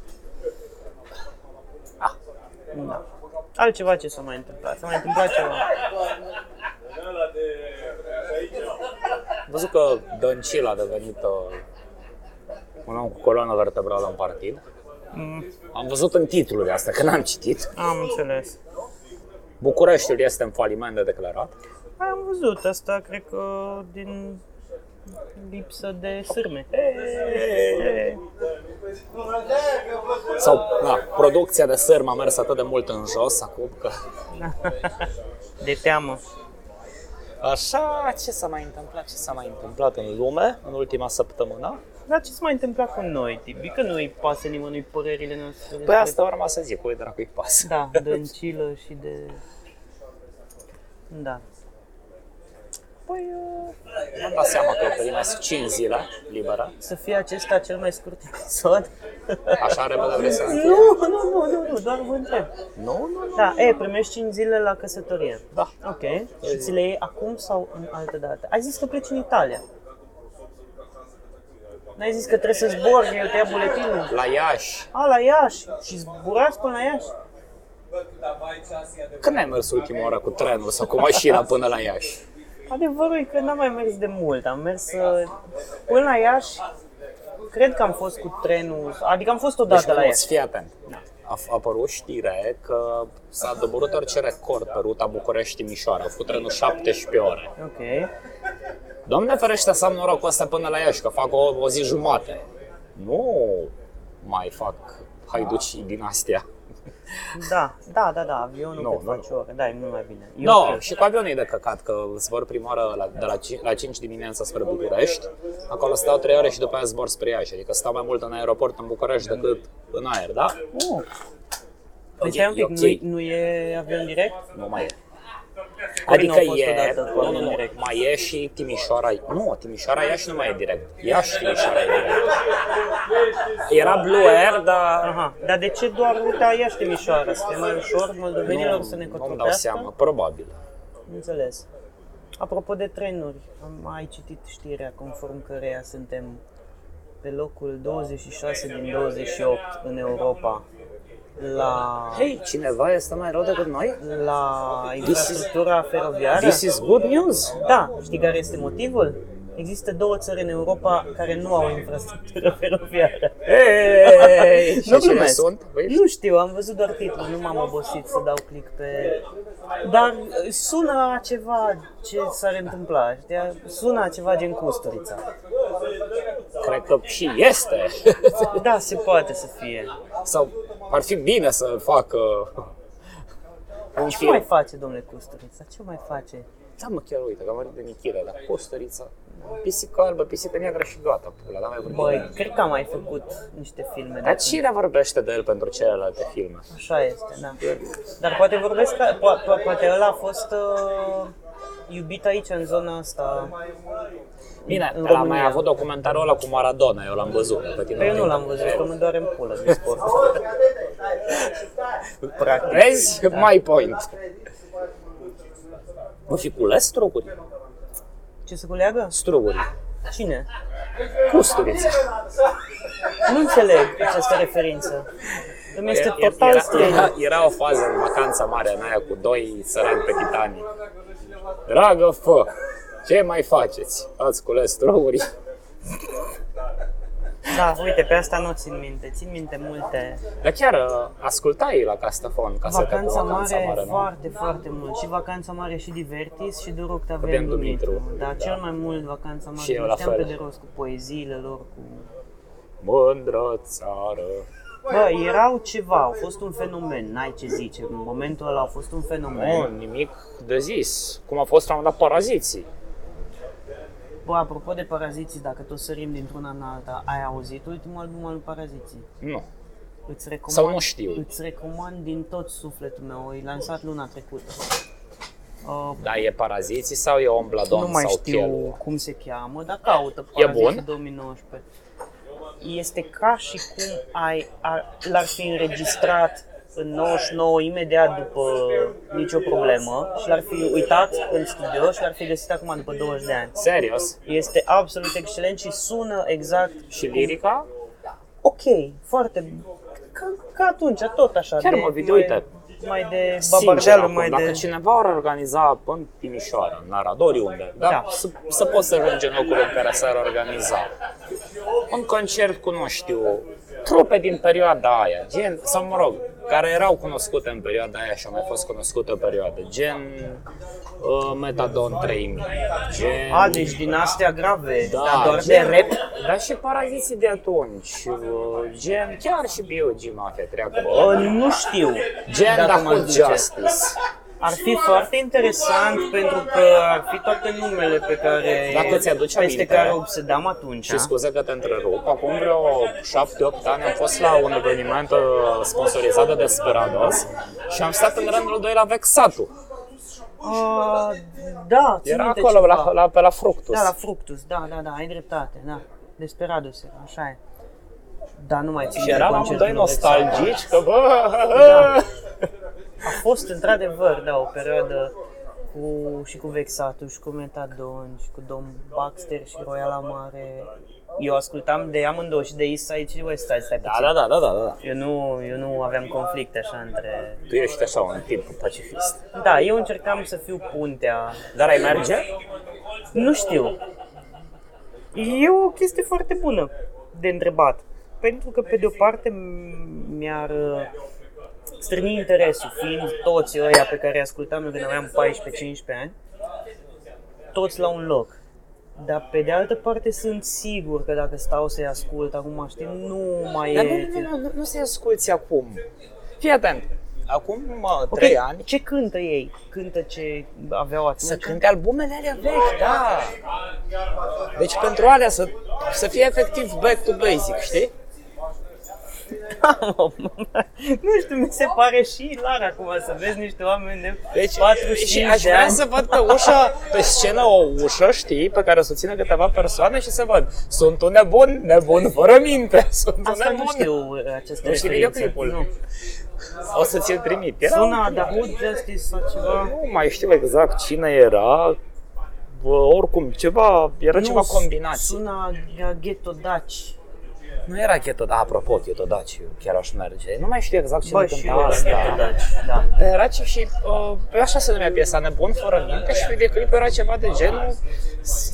[SPEAKER 2] Da. Altceva ce s-a mai întâmplat? S-a mai întâmplat ceva.
[SPEAKER 1] Am văzut că Dăncil a devenit uh, un om cu coloană Mm. vertebrală în partid. Am văzut în titlul de asta, că n-am citit.
[SPEAKER 2] Am înțeles.
[SPEAKER 1] Bucureștiul este în faliment de declarat.
[SPEAKER 2] Am văzut asta, cred că din lipsă de sârme. E,
[SPEAKER 1] Sau, da, producția de sârmă a mers atât de mult în jos acum că...
[SPEAKER 2] De teamă.
[SPEAKER 1] Așa, ce s-a mai întâmplat, ce s-a mai întâmplat în lume în ultima săptămână?
[SPEAKER 2] Dar ce s-a mai întâmplat cu noi, Tibi? Că nu-i pasă nimănui părerile noastre. despre-
[SPEAKER 1] Păi asta urma să zic, uite dracu-i pas.
[SPEAKER 2] Da, dăncilă și de... Da.
[SPEAKER 1] Păi, uh, mi-am dat seama că primesc 5 zile liberă.
[SPEAKER 2] Să fie acesta cel mai scurt episod?
[SPEAKER 1] Așa repede vrei să închei?
[SPEAKER 2] Nu, nu, nu, nu, nu, doar vă întreb.
[SPEAKER 1] Nu, nu, nu.
[SPEAKER 2] Da, e, primești 5 zile la căsătorie.
[SPEAKER 1] Da.
[SPEAKER 2] Ok. Și ți le iei acum sau în altă dată? Ai zis că pleci în Italia. N-ai zis că trebuie să zbori, eu te ia buletinul.
[SPEAKER 1] La Iași.
[SPEAKER 2] A, la Iași. Și zburați până la Iași?
[SPEAKER 1] Când ai mers ultima oară cu trenul sau cu mașina până la Iași?
[SPEAKER 2] Adevărul e că n-am mai mers de mult. Am mers uh, până la Iași. Cred că am fost cu trenul, adică am fost odată
[SPEAKER 1] Deci,
[SPEAKER 2] la
[SPEAKER 1] nu,
[SPEAKER 2] Iași.
[SPEAKER 1] fii atent. Da. A f- a apărut o știre că s-a doborât orice record pe ruta București-Timișoara. A făcut trenul 17 ore.
[SPEAKER 2] Ok.
[SPEAKER 1] Doamne ferește să am norocul ăsta până la Iași, că fac o, o zi jumate. Nu mai fac haiduci din astea.
[SPEAKER 2] Da, da, da, da, avionul
[SPEAKER 1] Nu,
[SPEAKER 2] cât
[SPEAKER 1] nu,
[SPEAKER 2] faci ore. Da, e mult mai bine. Eu
[SPEAKER 1] Nu,
[SPEAKER 2] cred.
[SPEAKER 1] și cu avionul e de căcat, că zbor prima oară la, de la, cin- la 5 dimineața spre București, acolo stau 3 ore și după aia zbor spre Iași, adică stau mai mult în aeroport în București decât în aer, da?
[SPEAKER 2] Uh.
[SPEAKER 1] Ok,
[SPEAKER 2] Deci, stai un
[SPEAKER 1] e
[SPEAKER 2] pic,
[SPEAKER 1] ok.
[SPEAKER 2] nu, nu e avion direct?
[SPEAKER 1] Nu mai e.
[SPEAKER 2] Corina
[SPEAKER 1] Adică
[SPEAKER 2] a fost
[SPEAKER 1] e,
[SPEAKER 2] odată cu
[SPEAKER 1] nu, nu,
[SPEAKER 2] avionul
[SPEAKER 1] nu,
[SPEAKER 2] direct.
[SPEAKER 1] mai e și Timișoara, nu, Timișoara Iași nu mai e direct, Iași Timișoara e direct. Era Blue Air, dar
[SPEAKER 2] Aha, dar de ce doar ruta Iași Timișoara? Să fie mai ușor moldovenilor să ne
[SPEAKER 1] nu-mi dau
[SPEAKER 2] cotropească?
[SPEAKER 1] seama, probabil.
[SPEAKER 2] Înțeles. Apropo de trenuri, am ai citit știrea conform căreia suntem pe locul 26 din 28 în Europa la,
[SPEAKER 1] Hei, cineva este mai rău decât noi?
[SPEAKER 2] la infrastructura feroviară.
[SPEAKER 1] This is good news!
[SPEAKER 2] Da, știi care este motivul? Există două țări în Europa care nu au infrastructură feroviară.
[SPEAKER 1] Hei!
[SPEAKER 2] Nu
[SPEAKER 1] Și cine
[SPEAKER 2] glumesc.
[SPEAKER 1] sunt? Păi,
[SPEAKER 2] Nu știu, am văzut doar titlul, nu m-am obosit să dau click pe... Dar eh, sună a ceva ce s-ar întâmpla, știi? Sună a ceva gen Custurița.
[SPEAKER 1] Cred că și este.
[SPEAKER 2] Da, se poate să fie.
[SPEAKER 1] Sau ar fi bine să facă un
[SPEAKER 2] Ce mai
[SPEAKER 1] film.
[SPEAKER 2] face, domnule Custurița? Ce mai face?
[SPEAKER 1] Da, mă, chiar uite, că am vorbit de Nichile, dar postărița, pisică albă, pisică neagră și gata, pula, dar mai vorbit.
[SPEAKER 2] Băi, cred că am mai făcut niște filme.
[SPEAKER 1] Dar
[SPEAKER 2] De...
[SPEAKER 1] cine vorbește de el pentru celelalte filme?
[SPEAKER 2] Așa este, da. Dar poate vorbesc, ca... po- po- poate ăla a fost uh, iubit aici, în zona asta.
[SPEAKER 1] Bine,
[SPEAKER 2] În
[SPEAKER 1] l-am mai
[SPEAKER 2] România.
[SPEAKER 1] avut documentarul ăla cu Maradona, eu l-am văzut. Pe tine Eh,
[SPEAKER 2] Păi eu
[SPEAKER 1] te
[SPEAKER 2] nu l-am văzut, că mă doare în pulă de sport. Practic.
[SPEAKER 1] Vezi? My point. Vă fi cules struguri?
[SPEAKER 2] Ce să culeagă?
[SPEAKER 1] Struguri.
[SPEAKER 2] Cine?
[SPEAKER 1] Custurița.
[SPEAKER 2] Nu înțeleg această referință. Îmi este total
[SPEAKER 1] Era,
[SPEAKER 2] străină.
[SPEAKER 1] era, era, o fază în vacanța mare în aia cu doi sărani pe Titanic. Dragă fă, ce mai faceți? Ați cules struguri?
[SPEAKER 2] Da, uite, pe asta nu țin minte. Țin minte multe.
[SPEAKER 1] Dar chiar uh, ascultai la Castafon ca să
[SPEAKER 2] Vacanța mare,
[SPEAKER 1] nu?
[SPEAKER 2] foarte, foarte mult. Și Vacanța mare și Divertis și de rog
[SPEAKER 1] Cădeam
[SPEAKER 2] Tavean
[SPEAKER 1] Dumitru,
[SPEAKER 2] Dumitru. Dar
[SPEAKER 1] da.
[SPEAKER 2] cel mai mult Vacanța mare
[SPEAKER 1] Și eu la
[SPEAKER 2] cunoșteam
[SPEAKER 1] fel.
[SPEAKER 2] pe de rost cu poeziile lor, cu
[SPEAKER 1] Mândră țară.
[SPEAKER 2] Bă, erau ceva, au fost un fenomen, n-ai ce zice. În momentul ăla au fost un
[SPEAKER 1] Nu,
[SPEAKER 2] fenomen.
[SPEAKER 1] nimic de zis. Cum a fost la un dat paraziții.
[SPEAKER 2] Bă, apropo de Paraziții, dacă tot sărim dintr-una în alta, ai auzit ultimul album al Paraziții?
[SPEAKER 1] Nu.
[SPEAKER 2] Îți recomand,
[SPEAKER 1] Sau nu știu.
[SPEAKER 2] Îți recomand din tot sufletul meu, e lansat luna trecută. Uh,
[SPEAKER 1] Dar e paraziții sau e ombladon
[SPEAKER 2] nu mai
[SPEAKER 1] Da, sau
[SPEAKER 2] știu
[SPEAKER 1] Chelu?
[SPEAKER 2] cum se cheamă, dar caută
[SPEAKER 1] E
[SPEAKER 2] Paraziții
[SPEAKER 1] bun?
[SPEAKER 2] 2019. Este ca și cum ai, ar, l-ar fi înregistrat în 99 imediat după nicio problemă și l-ar fi uitat în studio și l-ar fi găsit acum după 20 de ani.
[SPEAKER 1] Serios?
[SPEAKER 2] Este absolut excelent și sună exact
[SPEAKER 1] Și
[SPEAKER 2] cum-
[SPEAKER 1] lirica?
[SPEAKER 2] ok, foarte, ca, ca atunci, tot așa.
[SPEAKER 1] Chiar
[SPEAKER 2] de-
[SPEAKER 1] mă video,
[SPEAKER 2] mai-
[SPEAKER 1] uite.
[SPEAKER 2] Mai de
[SPEAKER 1] Sincer,
[SPEAKER 2] babardeală,
[SPEAKER 1] acum,
[SPEAKER 2] mai
[SPEAKER 1] dacă
[SPEAKER 2] de...
[SPEAKER 1] cineva ar organiza în Timișoara, în Arad, oriunde, da?
[SPEAKER 2] Da.
[SPEAKER 1] Să, să poți să ajungi în locul în care s-ar organiza. Un concert cu, nu știu, trupe din perioada aia, gen, sau mă rog, care erau cunoscute în perioada aia și au mai fost cunoscute o perioadă, gen uh, Metadon 3000, gen...
[SPEAKER 2] A, deci din astea grave,
[SPEAKER 1] Da,
[SPEAKER 2] dar doar de
[SPEAKER 1] gen-
[SPEAKER 2] rap.
[SPEAKER 1] Dar și paraziții de atunci, uh, gen, chiar și B.O.G. Mafia treacă,
[SPEAKER 2] Bă,
[SPEAKER 1] bă.
[SPEAKER 2] uh, nu știu
[SPEAKER 1] gen,
[SPEAKER 2] dacă
[SPEAKER 1] dacă
[SPEAKER 2] m-aș duce.
[SPEAKER 1] Justice.
[SPEAKER 2] Ar fi foarte interesant pentru că ar fi toate numele pe care
[SPEAKER 1] Dacă ți-aduce
[SPEAKER 2] peste
[SPEAKER 1] aminte.
[SPEAKER 2] care obsedam atunci.
[SPEAKER 1] Și scuze că te întrerup, acum vreo 7-8 ani am fost la un eveniment uh, sponsorizat de Desperados și am stat în rândul 2 la Vexatu.
[SPEAKER 2] A, Uh, da, țin
[SPEAKER 1] Era
[SPEAKER 2] minte
[SPEAKER 1] acolo,
[SPEAKER 2] ceva.
[SPEAKER 1] la, la, pe la Fructus.
[SPEAKER 2] Da, la fructus, da, da, da, ai dreptate, da. Desperados era, așa e. Da, nu mai țin
[SPEAKER 1] Și
[SPEAKER 2] de
[SPEAKER 1] eram
[SPEAKER 2] concertul
[SPEAKER 1] amândoi
[SPEAKER 2] meu exact.
[SPEAKER 1] nostalgici, că bă, Da.
[SPEAKER 2] A fost într-adevăr, da, o perioadă cu, și cu Vexatul, și cu Metadon, și cu Dom Baxter și Royal Amare. Eu ascultam de amândouă și de East Side și de West Side, stai puțin.
[SPEAKER 1] da, da, da, da, da.
[SPEAKER 2] Eu nu, eu nu aveam conflicte așa între...
[SPEAKER 1] Tu ești așa un tip pacifist.
[SPEAKER 2] Da, eu încercam să fiu puntea.
[SPEAKER 1] Dar ai merge?
[SPEAKER 2] Nu știu. E o chestie foarte bună de întrebat. Pentru că, pe de-o parte, m- mi-ar uh, strâni interesul, fiind toți ăia pe care îi ascultam eu când aveam 14-15 ani, toți la un loc. Dar pe de altă parte sunt sigur că dacă stau să-i ascult acum, știi, nu mai
[SPEAKER 1] Dar nu,
[SPEAKER 2] e...
[SPEAKER 1] nu, nu, nu, nu să-i asculti acum. Fii atent. Acum uh,
[SPEAKER 2] Ok,
[SPEAKER 1] 3 ani
[SPEAKER 2] ce cântă ei? Cântă ce aveau atunci?
[SPEAKER 1] Să cânte albumele alea vechi, da. Deci pentru alea să, să fie efectiv back to basic, știi?
[SPEAKER 2] Mamă, nu știu, mi se pare și ilar acum să vezi niște oameni de
[SPEAKER 1] Deci,
[SPEAKER 2] 45
[SPEAKER 1] și aș
[SPEAKER 2] de
[SPEAKER 1] vrea
[SPEAKER 2] ani.
[SPEAKER 1] să văd pe ușă, pe scenă o ușă, știi, pe care o să țină câteva persoane și să văd. Sunt un nebun, nebun fără minte, sunt
[SPEAKER 2] Asta
[SPEAKER 1] un nebun.
[SPEAKER 2] nu știu această
[SPEAKER 1] Nu știi
[SPEAKER 2] referință.
[SPEAKER 1] videoclipul?
[SPEAKER 2] Nu.
[SPEAKER 1] O să ți-l trimit. Era
[SPEAKER 2] Suna Dahoud Justice sau ceva?
[SPEAKER 1] Nu mai știu exact cine era, Bă, oricum, ceva, era ceva
[SPEAKER 2] Nu,
[SPEAKER 1] combinație.
[SPEAKER 2] Suna Ghetto Daci.
[SPEAKER 1] Nu era Cheto, da, apropo, Cheto Daci, chiar aș merge. Nu mai știu exact cine
[SPEAKER 2] Bă, și
[SPEAKER 1] cânta
[SPEAKER 2] eu
[SPEAKER 1] asta.
[SPEAKER 2] Ghetto Daci, da.
[SPEAKER 1] Era ce și, uh, așa se numea piesa, Nebun fără minte și videoclipul era ceva de genul,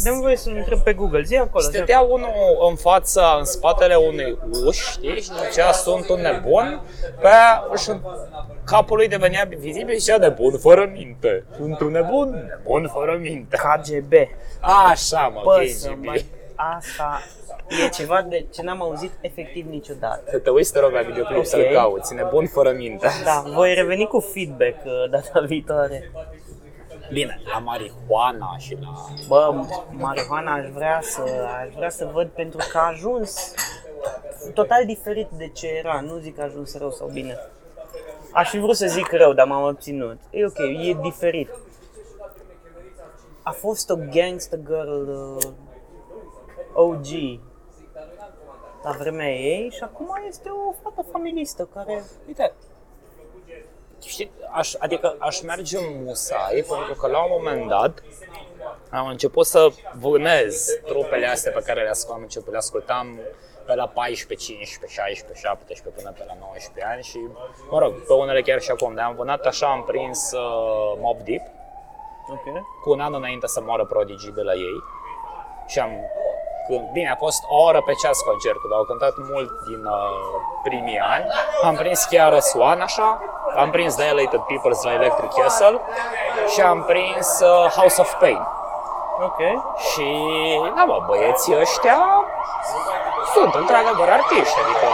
[SPEAKER 2] Dăm voie să întreb pe Google, zi acolo. zi
[SPEAKER 1] stătea unul în fața, în spatele unei uși, știi, și zicea, sunt un nebun, pe aia își capul lui devenea vizibil și zicea, nebun fără minte, sunt un nebun, nebun fără minte.
[SPEAKER 2] acolo. KGB.
[SPEAKER 1] Așa, mă,
[SPEAKER 2] Bă,
[SPEAKER 1] KGB.
[SPEAKER 2] să mai... Asta e ceva de ce n-am auzit efectiv niciodată.
[SPEAKER 1] Să te uiți, te rog, la videoclip
[SPEAKER 2] Ok.
[SPEAKER 1] să-l cauți, nebun fără minte.
[SPEAKER 2] Da, voi reveni cu feedback uh, data viitoare.
[SPEAKER 1] Bine, la marihuana și la...
[SPEAKER 2] Bă, marihuana aș vrea să, aș vrea să văd pentru că a ajuns total diferit de ce era. Nu zic că a ajuns rău sau bine. Aș fi vrut să zic rău, dar m-am obținut. E ok, e diferit. A fost o gangster girl uh, OG la vremea ei și acum este o fată familistă care...
[SPEAKER 1] Uite, știi, aș, adică aș merge în musai, pentru că la un moment dat am început să vânez trupele astea pe care le ascultam, am început, le ascultam pe la 14, 15, 16, 17 până pe la 19 ani și, mă rog, pe unele chiar și acum, dar am vânat așa, am prins uh, Mob Deep
[SPEAKER 2] Ok.
[SPEAKER 1] cu un an înainte să moară prodigii de la ei și am când, bine, a fost o oră pe ceas concertul, dar au cântat mult din uh, primii ani. Am prins chiar Swan, așa, am prins Dilated Peoples la Electric Castle și am prins uh, House of Pain.
[SPEAKER 2] Ok.
[SPEAKER 1] Și, da, mă, băieții ăștia sunt într-adevăr artiști, adică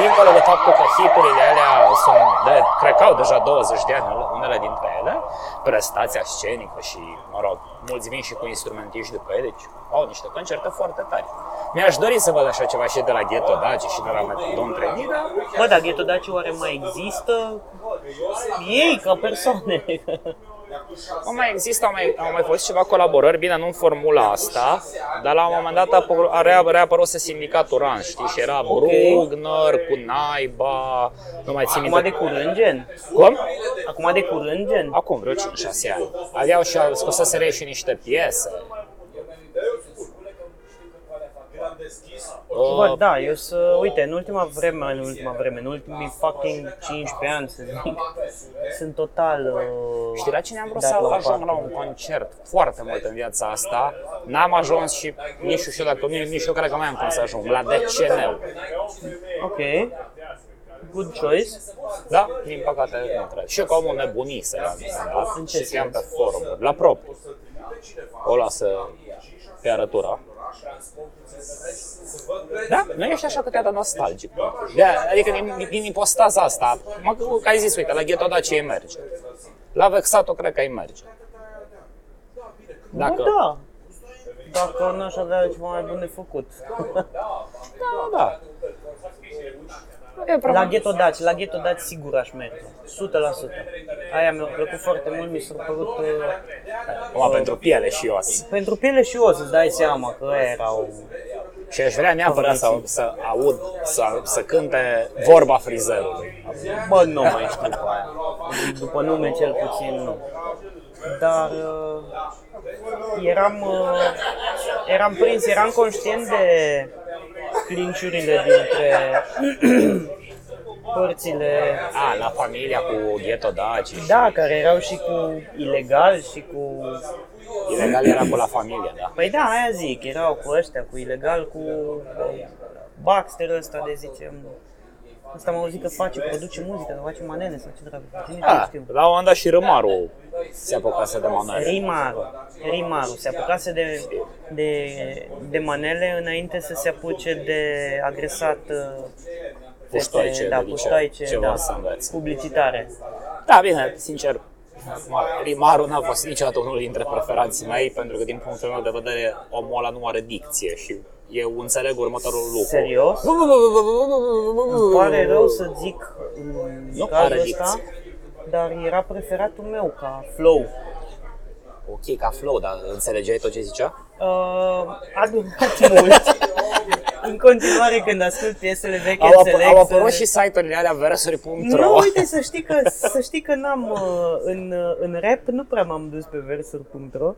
[SPEAKER 1] dincolo de faptul că hiturile alea sunt de, cred că au deja 20 de ani unele dintre ele, prestația scenică și, mă rog, mulți vin și cu instrumentiști după ei, deci au niște concerte foarte tari. Mi-aș dori să văd așa ceva și de la Ghetto Daci și de la Don Trenida,
[SPEAKER 2] Bă, dar ghetodaci oare mai există? Ei, ca persoane.
[SPEAKER 1] Nu mai există, au mai, au mai fost ceva colaborări, bine, nu în formula asta, dar la un moment dat a, apăru- a rea- reapăruse sindicatul RAN, știi, și era Brugner, cu Naiba, nu mai țin
[SPEAKER 2] Acum
[SPEAKER 1] minte.
[SPEAKER 2] de curând, gen.
[SPEAKER 1] Cum?
[SPEAKER 2] Acum de curând, gen.
[SPEAKER 1] Acum vreo 5-6 ani. Aveau și au scoseseră ei și niște piese.
[SPEAKER 2] Bă,
[SPEAKER 1] Uh,
[SPEAKER 2] da, eu să, uite, în ultima vreme, în ultima vreme, în ultimii fucking 15 ani, să zic, sunt total... Uh,
[SPEAKER 1] Știi la cine am vrut
[SPEAKER 2] dat
[SPEAKER 1] să
[SPEAKER 2] o
[SPEAKER 1] ajung
[SPEAKER 2] parte.
[SPEAKER 1] la un concert foarte mult în viața asta? N-am ajuns și nici eu, și eu dacă, nici eu cred că mai am cum să ajung, la DCN.
[SPEAKER 2] Ok. Good choice.
[SPEAKER 1] Da, din păcate nu cred. Și eu ca omul nebunit să
[SPEAKER 2] În
[SPEAKER 1] le-am
[SPEAKER 2] ce
[SPEAKER 1] da? și i-am pe
[SPEAKER 2] sens?
[SPEAKER 1] forum, la propriu. O lasă pe arătura. Da, nu ești așa câteodată nostalgic. De, adică din, din impostaza asta, mă, că ai zis, uite, la Ghetto Dacia îi merge. La Vexato cred că îi merge.
[SPEAKER 2] Bă,
[SPEAKER 1] Dacă,
[SPEAKER 2] da. Dacă n-aș avea ceva mai bun de făcut.
[SPEAKER 1] da, da. E
[SPEAKER 2] La
[SPEAKER 1] probabil.
[SPEAKER 2] Ghetto Daci, la Ghetto Daci sigur aș merge. 100%. Aia mi-a plăcut foarte mult, mi s-a părut... Uh,
[SPEAKER 1] Acum, pentru piele și os.
[SPEAKER 2] pentru piele și os, îți dai seama că aia erau...
[SPEAKER 1] Și aș vrea neapărat să, să aud, să, să cânte vorba frizerului.
[SPEAKER 2] Bă, nu mai știu pe aia. După nume cel puțin, nu. Dar uh, eram, uh, eram prins, eram conștient de clinciurile dintre părțile
[SPEAKER 1] A, Ah, la familia cu Ghetto Daci.
[SPEAKER 2] Da, care erau și cu ilegal și cu...
[SPEAKER 1] Ilegal era cu la familia, da.
[SPEAKER 2] Păi da, aia zic, erau cu ăștia, cu ilegal, cu uh, Baxter ăsta de zicem... Asta am auzit că face, produce muzică, că face manele sau ce dracu, nici nu
[SPEAKER 1] Da,
[SPEAKER 2] știu.
[SPEAKER 1] la un moment dat și Rămaru se apucase de manele.
[SPEAKER 2] Rimaru, Rimaru, se apucase de, de, de manele înainte să se apuce de agresat uh,
[SPEAKER 1] Puștoaice
[SPEAKER 2] fete-
[SPEAKER 1] de
[SPEAKER 2] da,
[SPEAKER 1] liceu,
[SPEAKER 2] puștoaice,
[SPEAKER 1] ceva
[SPEAKER 2] da,
[SPEAKER 1] să înveți.
[SPEAKER 2] publicitare.
[SPEAKER 1] Da, bine, sincer, Rimarul n-a fost niciodată unul dintre preferanții mei, pentru că din punctul meu de vedere omul ăla nu are dicție și eu înțeleg următorul lucru.
[SPEAKER 2] Serios? Îmi pare rău să zic în
[SPEAKER 1] Nu
[SPEAKER 2] cazul
[SPEAKER 1] are
[SPEAKER 2] ăsta,
[SPEAKER 1] dicție.
[SPEAKER 2] dar era preferatul meu ca flow.
[SPEAKER 1] Ok, ca flow, dar înțelegeai tot ce zicea?
[SPEAKER 2] Uh, a durat mult. în continuare, când ascult piesele vechi,
[SPEAKER 1] Au, ap-
[SPEAKER 2] înțeleg
[SPEAKER 1] au
[SPEAKER 2] să-
[SPEAKER 1] apărut și site-urile alea versuri.ro
[SPEAKER 2] Nu, uite, să știi că, să știi că n-am, uh, în, uh, în rap nu prea m-am dus pe versuri.ro,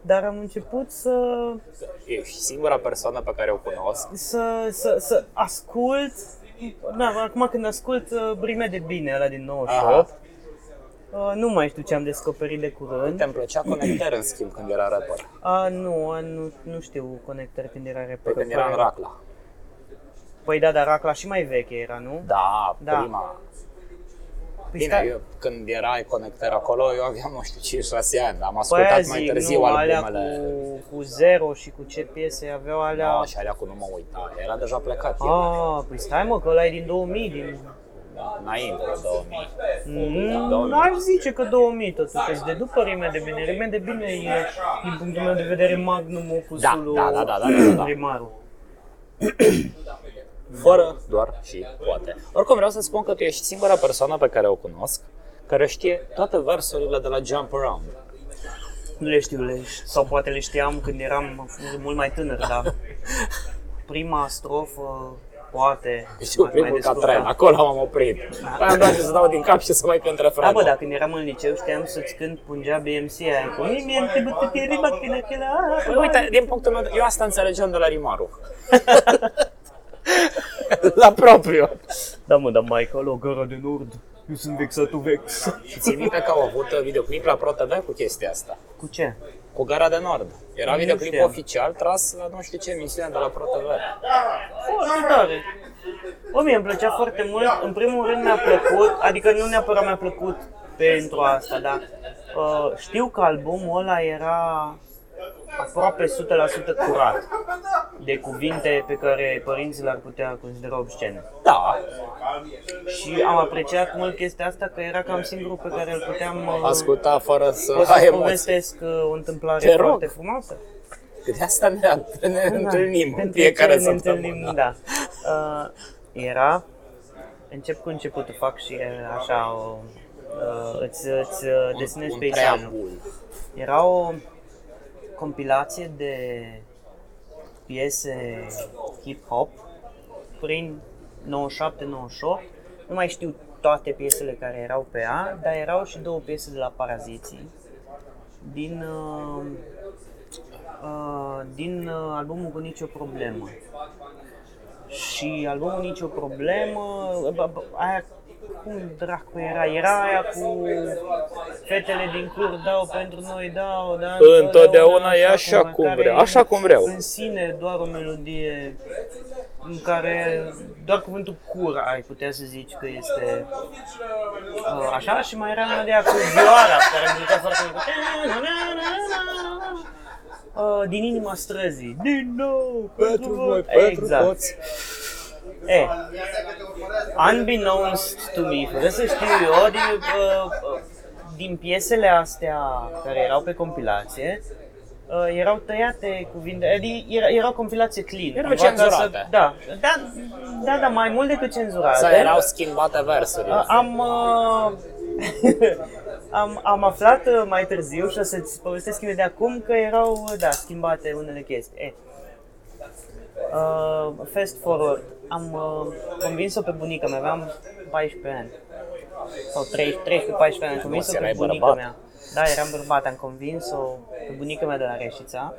[SPEAKER 2] dar am început să,
[SPEAKER 1] Ești singura persoană pe care o cunosc
[SPEAKER 2] să, să, să ascult, da, acum când ascult uh, Brime de Bine, ăla din 98, uh, nu mai știu ce am descoperit de curând.
[SPEAKER 1] Te-mi plăcea Conecter, în schimb, când era rapper.
[SPEAKER 2] A, nu, a, nu, nu știu conectări când era
[SPEAKER 1] Păi
[SPEAKER 2] reperă.
[SPEAKER 1] când era în Racla.
[SPEAKER 2] Păi da, dar Racla și mai veche era, nu?
[SPEAKER 1] Da,
[SPEAKER 2] Da.
[SPEAKER 1] prima.
[SPEAKER 2] Păi
[SPEAKER 1] Bine,
[SPEAKER 2] stai-
[SPEAKER 1] eu, când erai conecter acolo, eu aveam, nu știu, 5-6 ani. Am
[SPEAKER 2] păi aia
[SPEAKER 1] ascultat mai
[SPEAKER 2] zic,
[SPEAKER 1] târziu
[SPEAKER 2] nu, alea
[SPEAKER 1] albumele.
[SPEAKER 2] cu, cu zero și cu ce piese aveau alea...
[SPEAKER 1] Da, și alea cu nu mă uita. Era deja plecat el,
[SPEAKER 2] Ah, păi stai mă, că ăla e din 2000, din...
[SPEAKER 1] Da, înainte de 2000.
[SPEAKER 2] Mm, aș zice că 2000 totuși, de după Rime de Bine. Rime de Bine e, din punctul meu de vedere, magnum opusul
[SPEAKER 1] Da, da, da, da, da, da, da.
[SPEAKER 2] primarul.
[SPEAKER 1] Fără, doar și poate. Oricum vreau să spun că tu ești singura persoană pe care o cunosc care știe toate versurile de la Jump Around.
[SPEAKER 2] Nu le știu, le, sau poate le știam când eram mult mai tânăr, dar prima strofă, poate,
[SPEAKER 1] Știu
[SPEAKER 2] m-aș mai
[SPEAKER 1] Deci, primul ca
[SPEAKER 2] descurca.
[SPEAKER 1] tren, acolo am oprit. Păi am dat și să dau din cap și să mai cânt
[SPEAKER 2] Da, bă,
[SPEAKER 1] refrenul.
[SPEAKER 2] dar când eram în liceu știam să-ți cânt Punjab BMC aia cu Mimi am trebuit să fie riba până la
[SPEAKER 1] Păi uite, din punctul meu, de- eu asta înțelegeam de la Rimaru. la propriu.
[SPEAKER 2] Da, mă, dar Michael, o gara de nord, eu sunt vexatul vex.
[SPEAKER 1] Și ții minte că au avut videoclip la Pro TV cu chestia asta.
[SPEAKER 2] Cu ce?
[SPEAKER 1] cu Gara de Nord. Era
[SPEAKER 2] Nu
[SPEAKER 1] videoclip
[SPEAKER 2] știam.
[SPEAKER 1] oficial tras la nu știu ce emisiune de la ProTV.
[SPEAKER 2] Foarte tare. Bă, mie îmi plăcea foarte mult. În primul rând mi-a plăcut, adică nu neapărat mi-a plăcut pentru asta, dar uh, știu că albumul ăla era aproape 100% curat de cuvinte pe care părinții le-ar putea considera obscene.
[SPEAKER 1] Da,
[SPEAKER 2] Și am apreciat mult chestia asta că era cam singurul pe care îl puteam uh,
[SPEAKER 1] asculta fără să
[SPEAKER 2] o
[SPEAKER 1] ai
[SPEAKER 2] să
[SPEAKER 1] emoții.
[SPEAKER 2] povestesc uh, o întâmplare
[SPEAKER 1] Te rog.
[SPEAKER 2] foarte frumoasă.
[SPEAKER 1] Că de asta ne, ne
[SPEAKER 2] Da,
[SPEAKER 1] întâlnim în
[SPEAKER 2] pentru
[SPEAKER 1] fiecare
[SPEAKER 2] ce ne întâlnim,
[SPEAKER 1] săptămână.
[SPEAKER 2] da. Uh, era, încep cu începutul, fac și uh, așa, o, uh, îți, îți uh, desenezi
[SPEAKER 1] Un
[SPEAKER 2] peisajul.
[SPEAKER 1] preambul.
[SPEAKER 2] Era o compilație de piese hip-hop prin 97-98. Nu mai știu toate piesele care erau pe ea, dar erau și două piese de la Paraziții din, uh, uh, din uh, albumul cu nicio problemă. Și albumul Nicio Problemă, uh, bă, bă, aia cum dracu era? Era aia cu fetele din cur dau pentru noi, dau, da.
[SPEAKER 1] Întotdeauna e așa cum
[SPEAKER 2] care
[SPEAKER 1] vreau, așa cum vreau.
[SPEAKER 2] În sine doar o melodie în care doar cuvântul cur ai putea să zici că este uh, așa și mai era melodia cu vioara care mi foarte mult. Uh, din inima străzii. Din nou, pentru voi, exact. E, unbeknownst to me, fără să știu eu, din, uh, uh, din piesele astea care erau pe compilație, uh, erau tăiate cuvinte, adică era, era o compilație clean.
[SPEAKER 1] Erau
[SPEAKER 2] Cumva ca
[SPEAKER 1] cenzurate.
[SPEAKER 2] Să, da, da, da, da, mai mult decât cenzurate.
[SPEAKER 1] Sau erau schimbate versuri.
[SPEAKER 2] Uh, Am, uh, am, am aflat uh, mai târziu și o să-ți povestesc de acum că erau, uh, da, schimbate unele chestii. Eh. Uh, fast forward, am uh, convins-o pe bunica mea, aveam 14 ani. Sau 13-14 ani, am convins-o
[SPEAKER 1] erai
[SPEAKER 2] pe bunica
[SPEAKER 1] bărbat.
[SPEAKER 2] mea. Da, eram bărbat, am convins-o pe bunica mea de la Reșița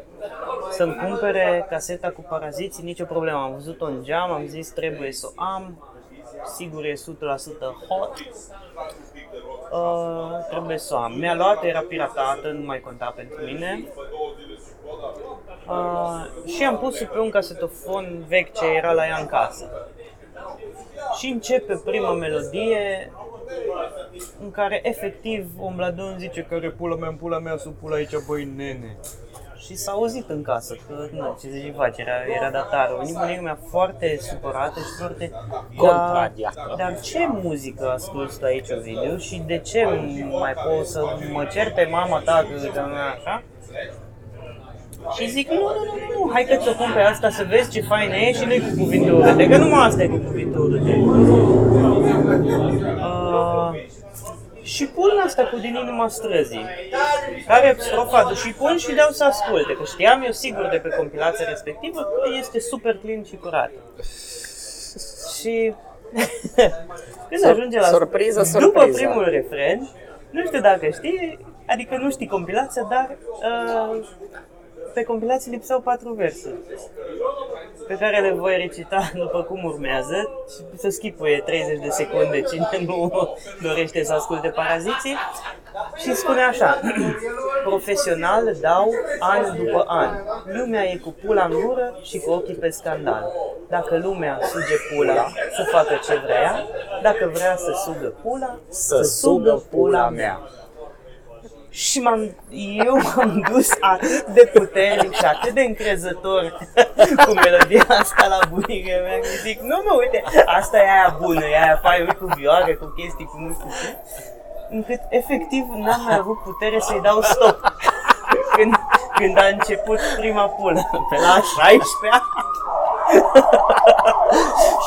[SPEAKER 2] să-mi cumpere caseta cu paraziții, nicio problemă. Am văzut-o în geam, am zis trebuie să o am, sigur e 100% hot. Uh, trebuie să o am. Mi-a luat, era piratată, nu mai conta pentru mine. Uh, și am pus-o pe un casetofon vechi ce era la ea în casă. Și începe prima melodie în care efectiv Ombladon zice că pula mea, în pula mea, sub pula aici, băi, nene. Și s-a auzit în casă că, nu, ce zici, faci, era, era datară. Bunica mea foarte supărată și foarte...
[SPEAKER 1] Contrariată.
[SPEAKER 2] Dar, dar ce muzică asculti la aici, Ovidiu, și de ce mai poți să mă cer pe mama ta că că- așa? Și zic, nu, nu, nu, nu, nu, hai că ți-o pun pe asta să vezi ce faină e și nu-i cu cuvinte urâte, că numai asta e cu cuvinte urâte. Uh, și pun asta cu din inima străzii, care strofa, și pun și dau să asculte, că știam eu sigur de pe compilația respectivă că este super clean și curat. Și când ajunge la...
[SPEAKER 1] surpriză,
[SPEAKER 2] După
[SPEAKER 1] surpriză.
[SPEAKER 2] primul refren, nu știu dacă știi, adică nu știi compilația, dar uh, pe compilație lipseau patru versuri pe care le voi recita după cum urmează și să schipuie 30 de secunde cine nu dorește să asculte paraziții și spune așa Profesional dau an după an Lumea e cu pula în gură și cu ochii pe scandal Dacă lumea suge pula să facă ce vrea Dacă vrea să sugă pula
[SPEAKER 1] Să sugă pula mea.
[SPEAKER 2] și m-am, eu m-am dus atât de puternic și atât de încrezător cu melodia asta la bunica mea. că Zic, nu mă, uite, asta e aia bună, e aia faină, uite, cu vioare, cu chestii, cu nu știu ce. Încât, efectiv, n-am mai avut putere să-i dau stop. Când, când a început prima pulă, pe la 16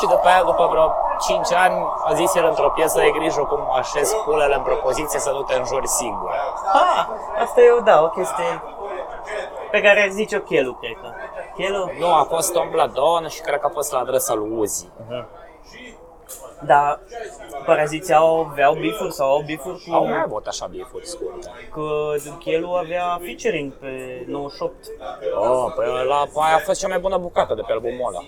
[SPEAKER 1] Și după aia, după vreo 5 ani, a zis el într-o piesă, ai grijă cum așezi pulele în propoziție să nu te înjuri singur.
[SPEAKER 2] ha, asta eu da, o chestie pe care ar zice-o Chelu, cred că. Chelu?
[SPEAKER 1] Nu, a fost Tom Bladon și cred că a fost la adresa lui Uzi.
[SPEAKER 2] Da, paraziții au, aveau bifuri sau au bifuri cu...
[SPEAKER 1] Au mai avut așa bifuri scurte.
[SPEAKER 2] că Duchelu avea featuring pe 98.
[SPEAKER 1] Oh, păi ăla, păi aia a fost cea mai bună bucată de pe albumul ăla.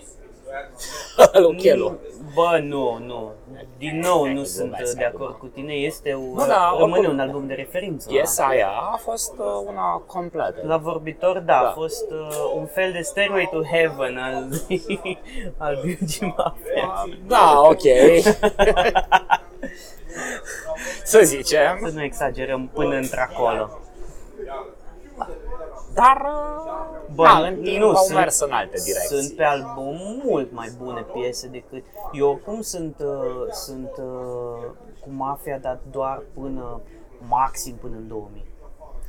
[SPEAKER 1] Lochelo.
[SPEAKER 2] Bă, nu, nu. Din nou nu sunt de acord cu tine. Este o,
[SPEAKER 1] Nu, da,
[SPEAKER 2] rămâne
[SPEAKER 1] oricum-
[SPEAKER 2] un album de referință.
[SPEAKER 1] Piesa aia a fost uh, una completă.
[SPEAKER 2] La vorbitor, da, a fost uh, un fel de Stairway to Heaven al, al Virgin Mafia.
[SPEAKER 1] Da, ok. Să zicem.
[SPEAKER 2] Să nu exagerăm până într-acolo.
[SPEAKER 1] Dar uh,
[SPEAKER 2] Bă,
[SPEAKER 1] da, în timp
[SPEAKER 2] nu,
[SPEAKER 1] au
[SPEAKER 2] sunt-
[SPEAKER 1] mers în alte direcții.
[SPEAKER 2] Sunt pe album mult mai bune piese decât... Eu oricum sunt, uh, sunt uh, cu Mafia, dar doar până maxim până în 2000.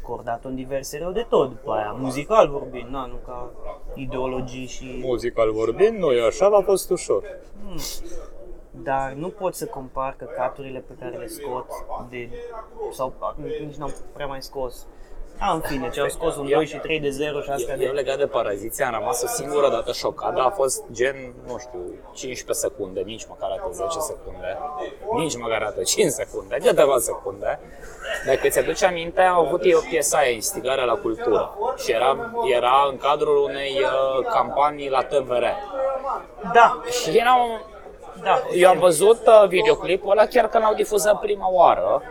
[SPEAKER 2] Cordat în diverse rău de tot după aia, muzical vorbind, na, nu ca ideologii și...
[SPEAKER 3] Muzical vorbind, nu e așa, dar a fost ușor.
[SPEAKER 2] Dar nu pot să compar că caturile pe care le scot de... sau nici n-am prea mai scos. A, în fine, ce au scos un 2 și 3 de 0 și astea
[SPEAKER 1] Eu,
[SPEAKER 2] de...
[SPEAKER 1] eu legat de paraziția am rămas o singură dată șocat, dar a fost gen, nu știu, 15 secunde, nici măcar atât 10 secunde, nici măcar atât 5 secunde, câteva secunde. Dacă ți-aduci aminte, au avut ei o piesă aia, instigarea la cultură și era, era în cadrul unei uh, campanii la TVR.
[SPEAKER 2] Da,
[SPEAKER 1] Și erau,
[SPEAKER 2] da.
[SPEAKER 1] eu am văzut uh, videoclipul ăla chiar când l-au difuzat prima oară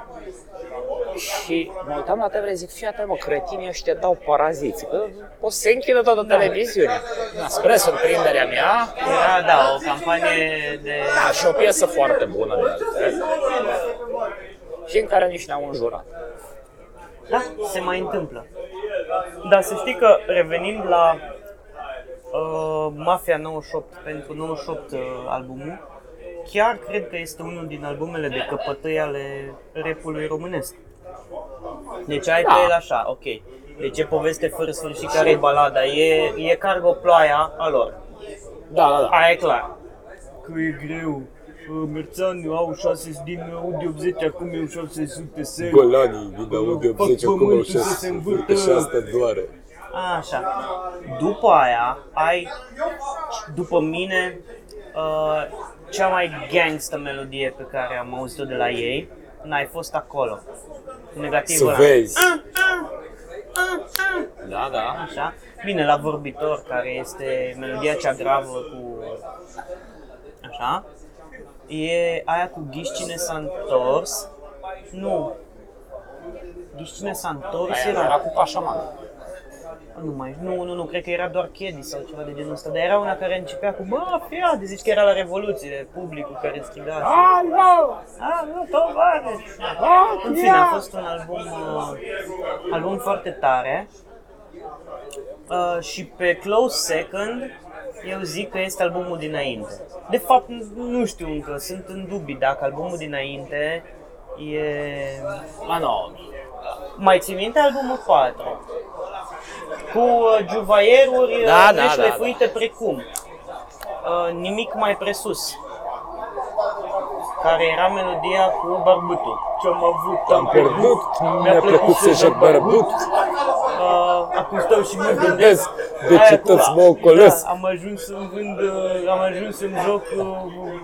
[SPEAKER 1] și mă uitam la TV, zic, fii atent, mă, cretinii ăștia dau paraziți, că o să se închidă toată televiziunea. Da, spre surprinderea mea,
[SPEAKER 2] Era, da, o campanie de...
[SPEAKER 1] da, și o piesă foarte bună de altfel, și în care nici ne-au înjurat.
[SPEAKER 2] Da, se mai întâmplă. Dar să știi că revenind la uh, Mafia 98, pentru 98 uh, albumul, chiar cred că este unul din albumele de căpătăi ale repului românesc. Deci ai
[SPEAKER 1] Da.
[SPEAKER 2] pe el așa, ok. Deci e poveste fără sfârșit care e balada, e, e cargo ploaia a lor.
[SPEAKER 1] Da, da, da.
[SPEAKER 2] Aia e clar. Că e greu. Merțani au 600 din Audi 80, acum e 600 seri.
[SPEAKER 3] Golanii din Audi 80
[SPEAKER 2] Fac
[SPEAKER 3] acum au
[SPEAKER 2] pământul să se
[SPEAKER 3] 600
[SPEAKER 2] învârtă.
[SPEAKER 3] și asta doare.
[SPEAKER 2] Așa. După aia ai, după mine, uh, cea mai gangsta melodie pe care am auzit-o de la ei, N-ai fost acolo. Negativ
[SPEAKER 3] Să
[SPEAKER 2] ăla.
[SPEAKER 3] vezi.
[SPEAKER 1] Da, da.
[SPEAKER 2] Așa. Bine, la vorbitor, care este melodia cea gravă cu... Așa. E aia cu Ghișcine s-a întors. Nu. Ghișcine s-a întors
[SPEAKER 1] Aia era
[SPEAKER 2] era...
[SPEAKER 1] cu pașaman.
[SPEAKER 2] Nu mai, nu, nu, nu, cred că era doar Chedi sau ceva de genul ăsta, dar era una care începea cu Bă, fia, de zici că era la Revoluție, publicul care striga așa.
[SPEAKER 1] Alo!
[SPEAKER 2] Ah, nu, tovarăș! În fine, a fost un album, uh, album foarte tare. Uh, și pe Close Second, eu zic că este albumul dinainte. De fapt, n- nu știu încă, sunt în dubii dacă albumul dinainte e...
[SPEAKER 1] Ma no,
[SPEAKER 2] Mai ții minte albumul 4? Cu uh, juvaieruri
[SPEAKER 1] Da,
[SPEAKER 2] da,
[SPEAKER 1] da, da,
[SPEAKER 2] leșlefuite precum uh, Nimic mai presus care era melodia cu barbutul. Ce-am avut,
[SPEAKER 3] Am pierdut, mi-a plăcut să joc
[SPEAKER 2] é
[SPEAKER 3] barbut.
[SPEAKER 2] Uh, acum stau și mă
[SPEAKER 3] Gândesc,
[SPEAKER 2] gândesc.
[SPEAKER 3] de
[SPEAKER 2] Aia
[SPEAKER 3] ce
[SPEAKER 2] cu-
[SPEAKER 3] toți mă ocolesc?
[SPEAKER 2] Da, am ajuns să vând, uh, am ajuns să-mi joc uh, uh,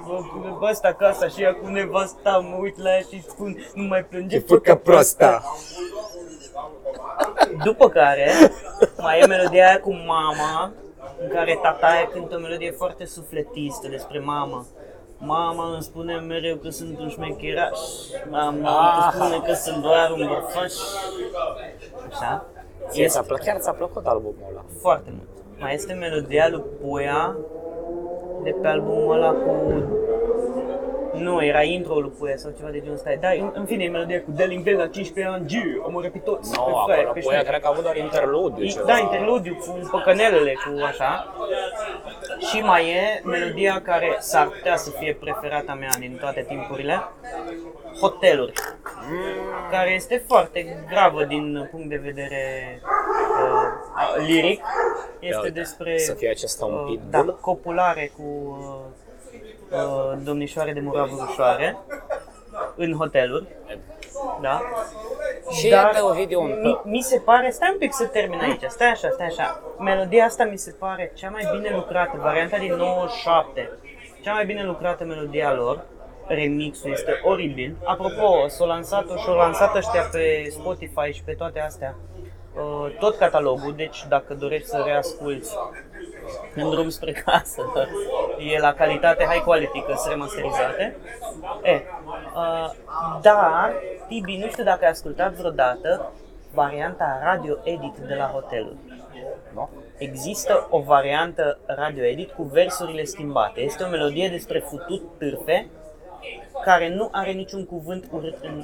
[SPEAKER 2] uh, cu nevasta casa și ea cu nevasta, mă uit la ea și spun, nu mai plânge,
[SPEAKER 3] E făcă proasta.
[SPEAKER 2] După care mai e melodia aia cu mama, în care tataia cântă o melodie foarte sufletistă despre mama. Mama îmi spune mereu că sunt un șmecheraș, mama
[SPEAKER 1] Ah.
[SPEAKER 2] îmi spune că sunt doar un bărfaș. Așa?
[SPEAKER 1] ție ți-a plăcut, chiar ți-a plăcut albumul ăla.
[SPEAKER 2] Foarte mult. Mai este melodia lui Puia de pe albumul ăla cu... Nu, era intro lui Puia sau ceva de genul ăsta. Da, în, în fine, e melodia cu Deling de la 15 ani, G, omoră pe toți,
[SPEAKER 1] Nu,
[SPEAKER 2] pe
[SPEAKER 1] no,
[SPEAKER 2] fraier,
[SPEAKER 1] acolo
[SPEAKER 2] pe
[SPEAKER 1] cu ea
[SPEAKER 2] șmecher.
[SPEAKER 1] cred că a avut doar interludiu ceva.
[SPEAKER 2] Da, interludiu cu păcănelele, cu așa. Și mai e melodia care s-ar putea să fie preferata mea din toate timpurile, Hoteluri, care este foarte gravă din punct de vedere uh, liric.
[SPEAKER 1] Ia
[SPEAKER 2] Este
[SPEAKER 1] uite,
[SPEAKER 2] despre
[SPEAKER 1] Să fie acesta un
[SPEAKER 2] uh,
[SPEAKER 1] pitbull.
[SPEAKER 2] da, copulare cu uh, uh, domnișoare de muravrușoare în hoteluri. Da?
[SPEAKER 1] Și
[SPEAKER 2] Dar-
[SPEAKER 1] e pe Ovidiu un
[SPEAKER 2] Mi, mi se pare, stai un pic să termin aici, stai așa, stai așa. Melodia asta mi se pare cea mai bine lucrată, varianta din 97. Cea mai bine lucrată melodia lor. Remixul este oribil. Apropo, s-a lansat-o și-o lansat ăștia pe Spotify și pe toate astea. Uh, tot catalogul, deci dacă dorești să reasculti în drum spre casă. E la calitate high quality, că sunt remasterizate. E, uh, dar, Tibi, nu știu dacă ai ascultat vreodată varianta radio edit de la hotelul.
[SPEAKER 1] Nu?
[SPEAKER 2] Există o variantă radio edit cu versurile schimbate. Este o melodie despre futut târfe care nu are niciun cuvânt urât în...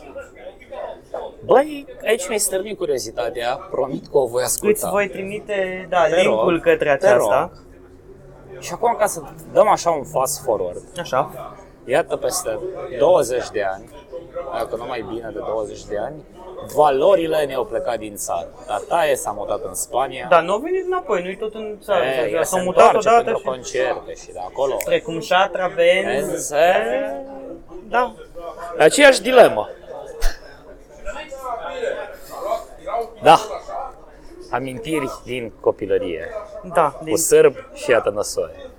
[SPEAKER 1] Băi, aici mi-ai stârnit curiozitatea, promit că o voi asculta.
[SPEAKER 2] Îți voi trimite da,
[SPEAKER 1] Te rog,
[SPEAKER 2] link-ul către
[SPEAKER 1] te
[SPEAKER 2] aceasta.
[SPEAKER 1] Și acum ca să dăm așa un fast forward,
[SPEAKER 2] Așa.
[SPEAKER 1] iată peste 20 de ani, dacă nu mai bine de 20 de ani, valorile ne-au plecat din țară. Tataie s-a mutat în Spania,
[SPEAKER 2] Dar nu au venit înapoi, nu-i tot în țară.
[SPEAKER 1] e,
[SPEAKER 2] Ei,
[SPEAKER 1] el
[SPEAKER 2] Da, S-au
[SPEAKER 1] se
[SPEAKER 2] mutat
[SPEAKER 1] întoarce
[SPEAKER 2] odată
[SPEAKER 1] pentru
[SPEAKER 2] și...
[SPEAKER 1] concerte și de acolo.
[SPEAKER 2] Precum Shatra, Benz,
[SPEAKER 1] Vezi, e,
[SPEAKER 2] é, da.
[SPEAKER 4] Aceeași dilemă. Da. Amintiri din copilărie.
[SPEAKER 2] Da,
[SPEAKER 4] Cu
[SPEAKER 2] din,
[SPEAKER 4] sârb și atănăsoare.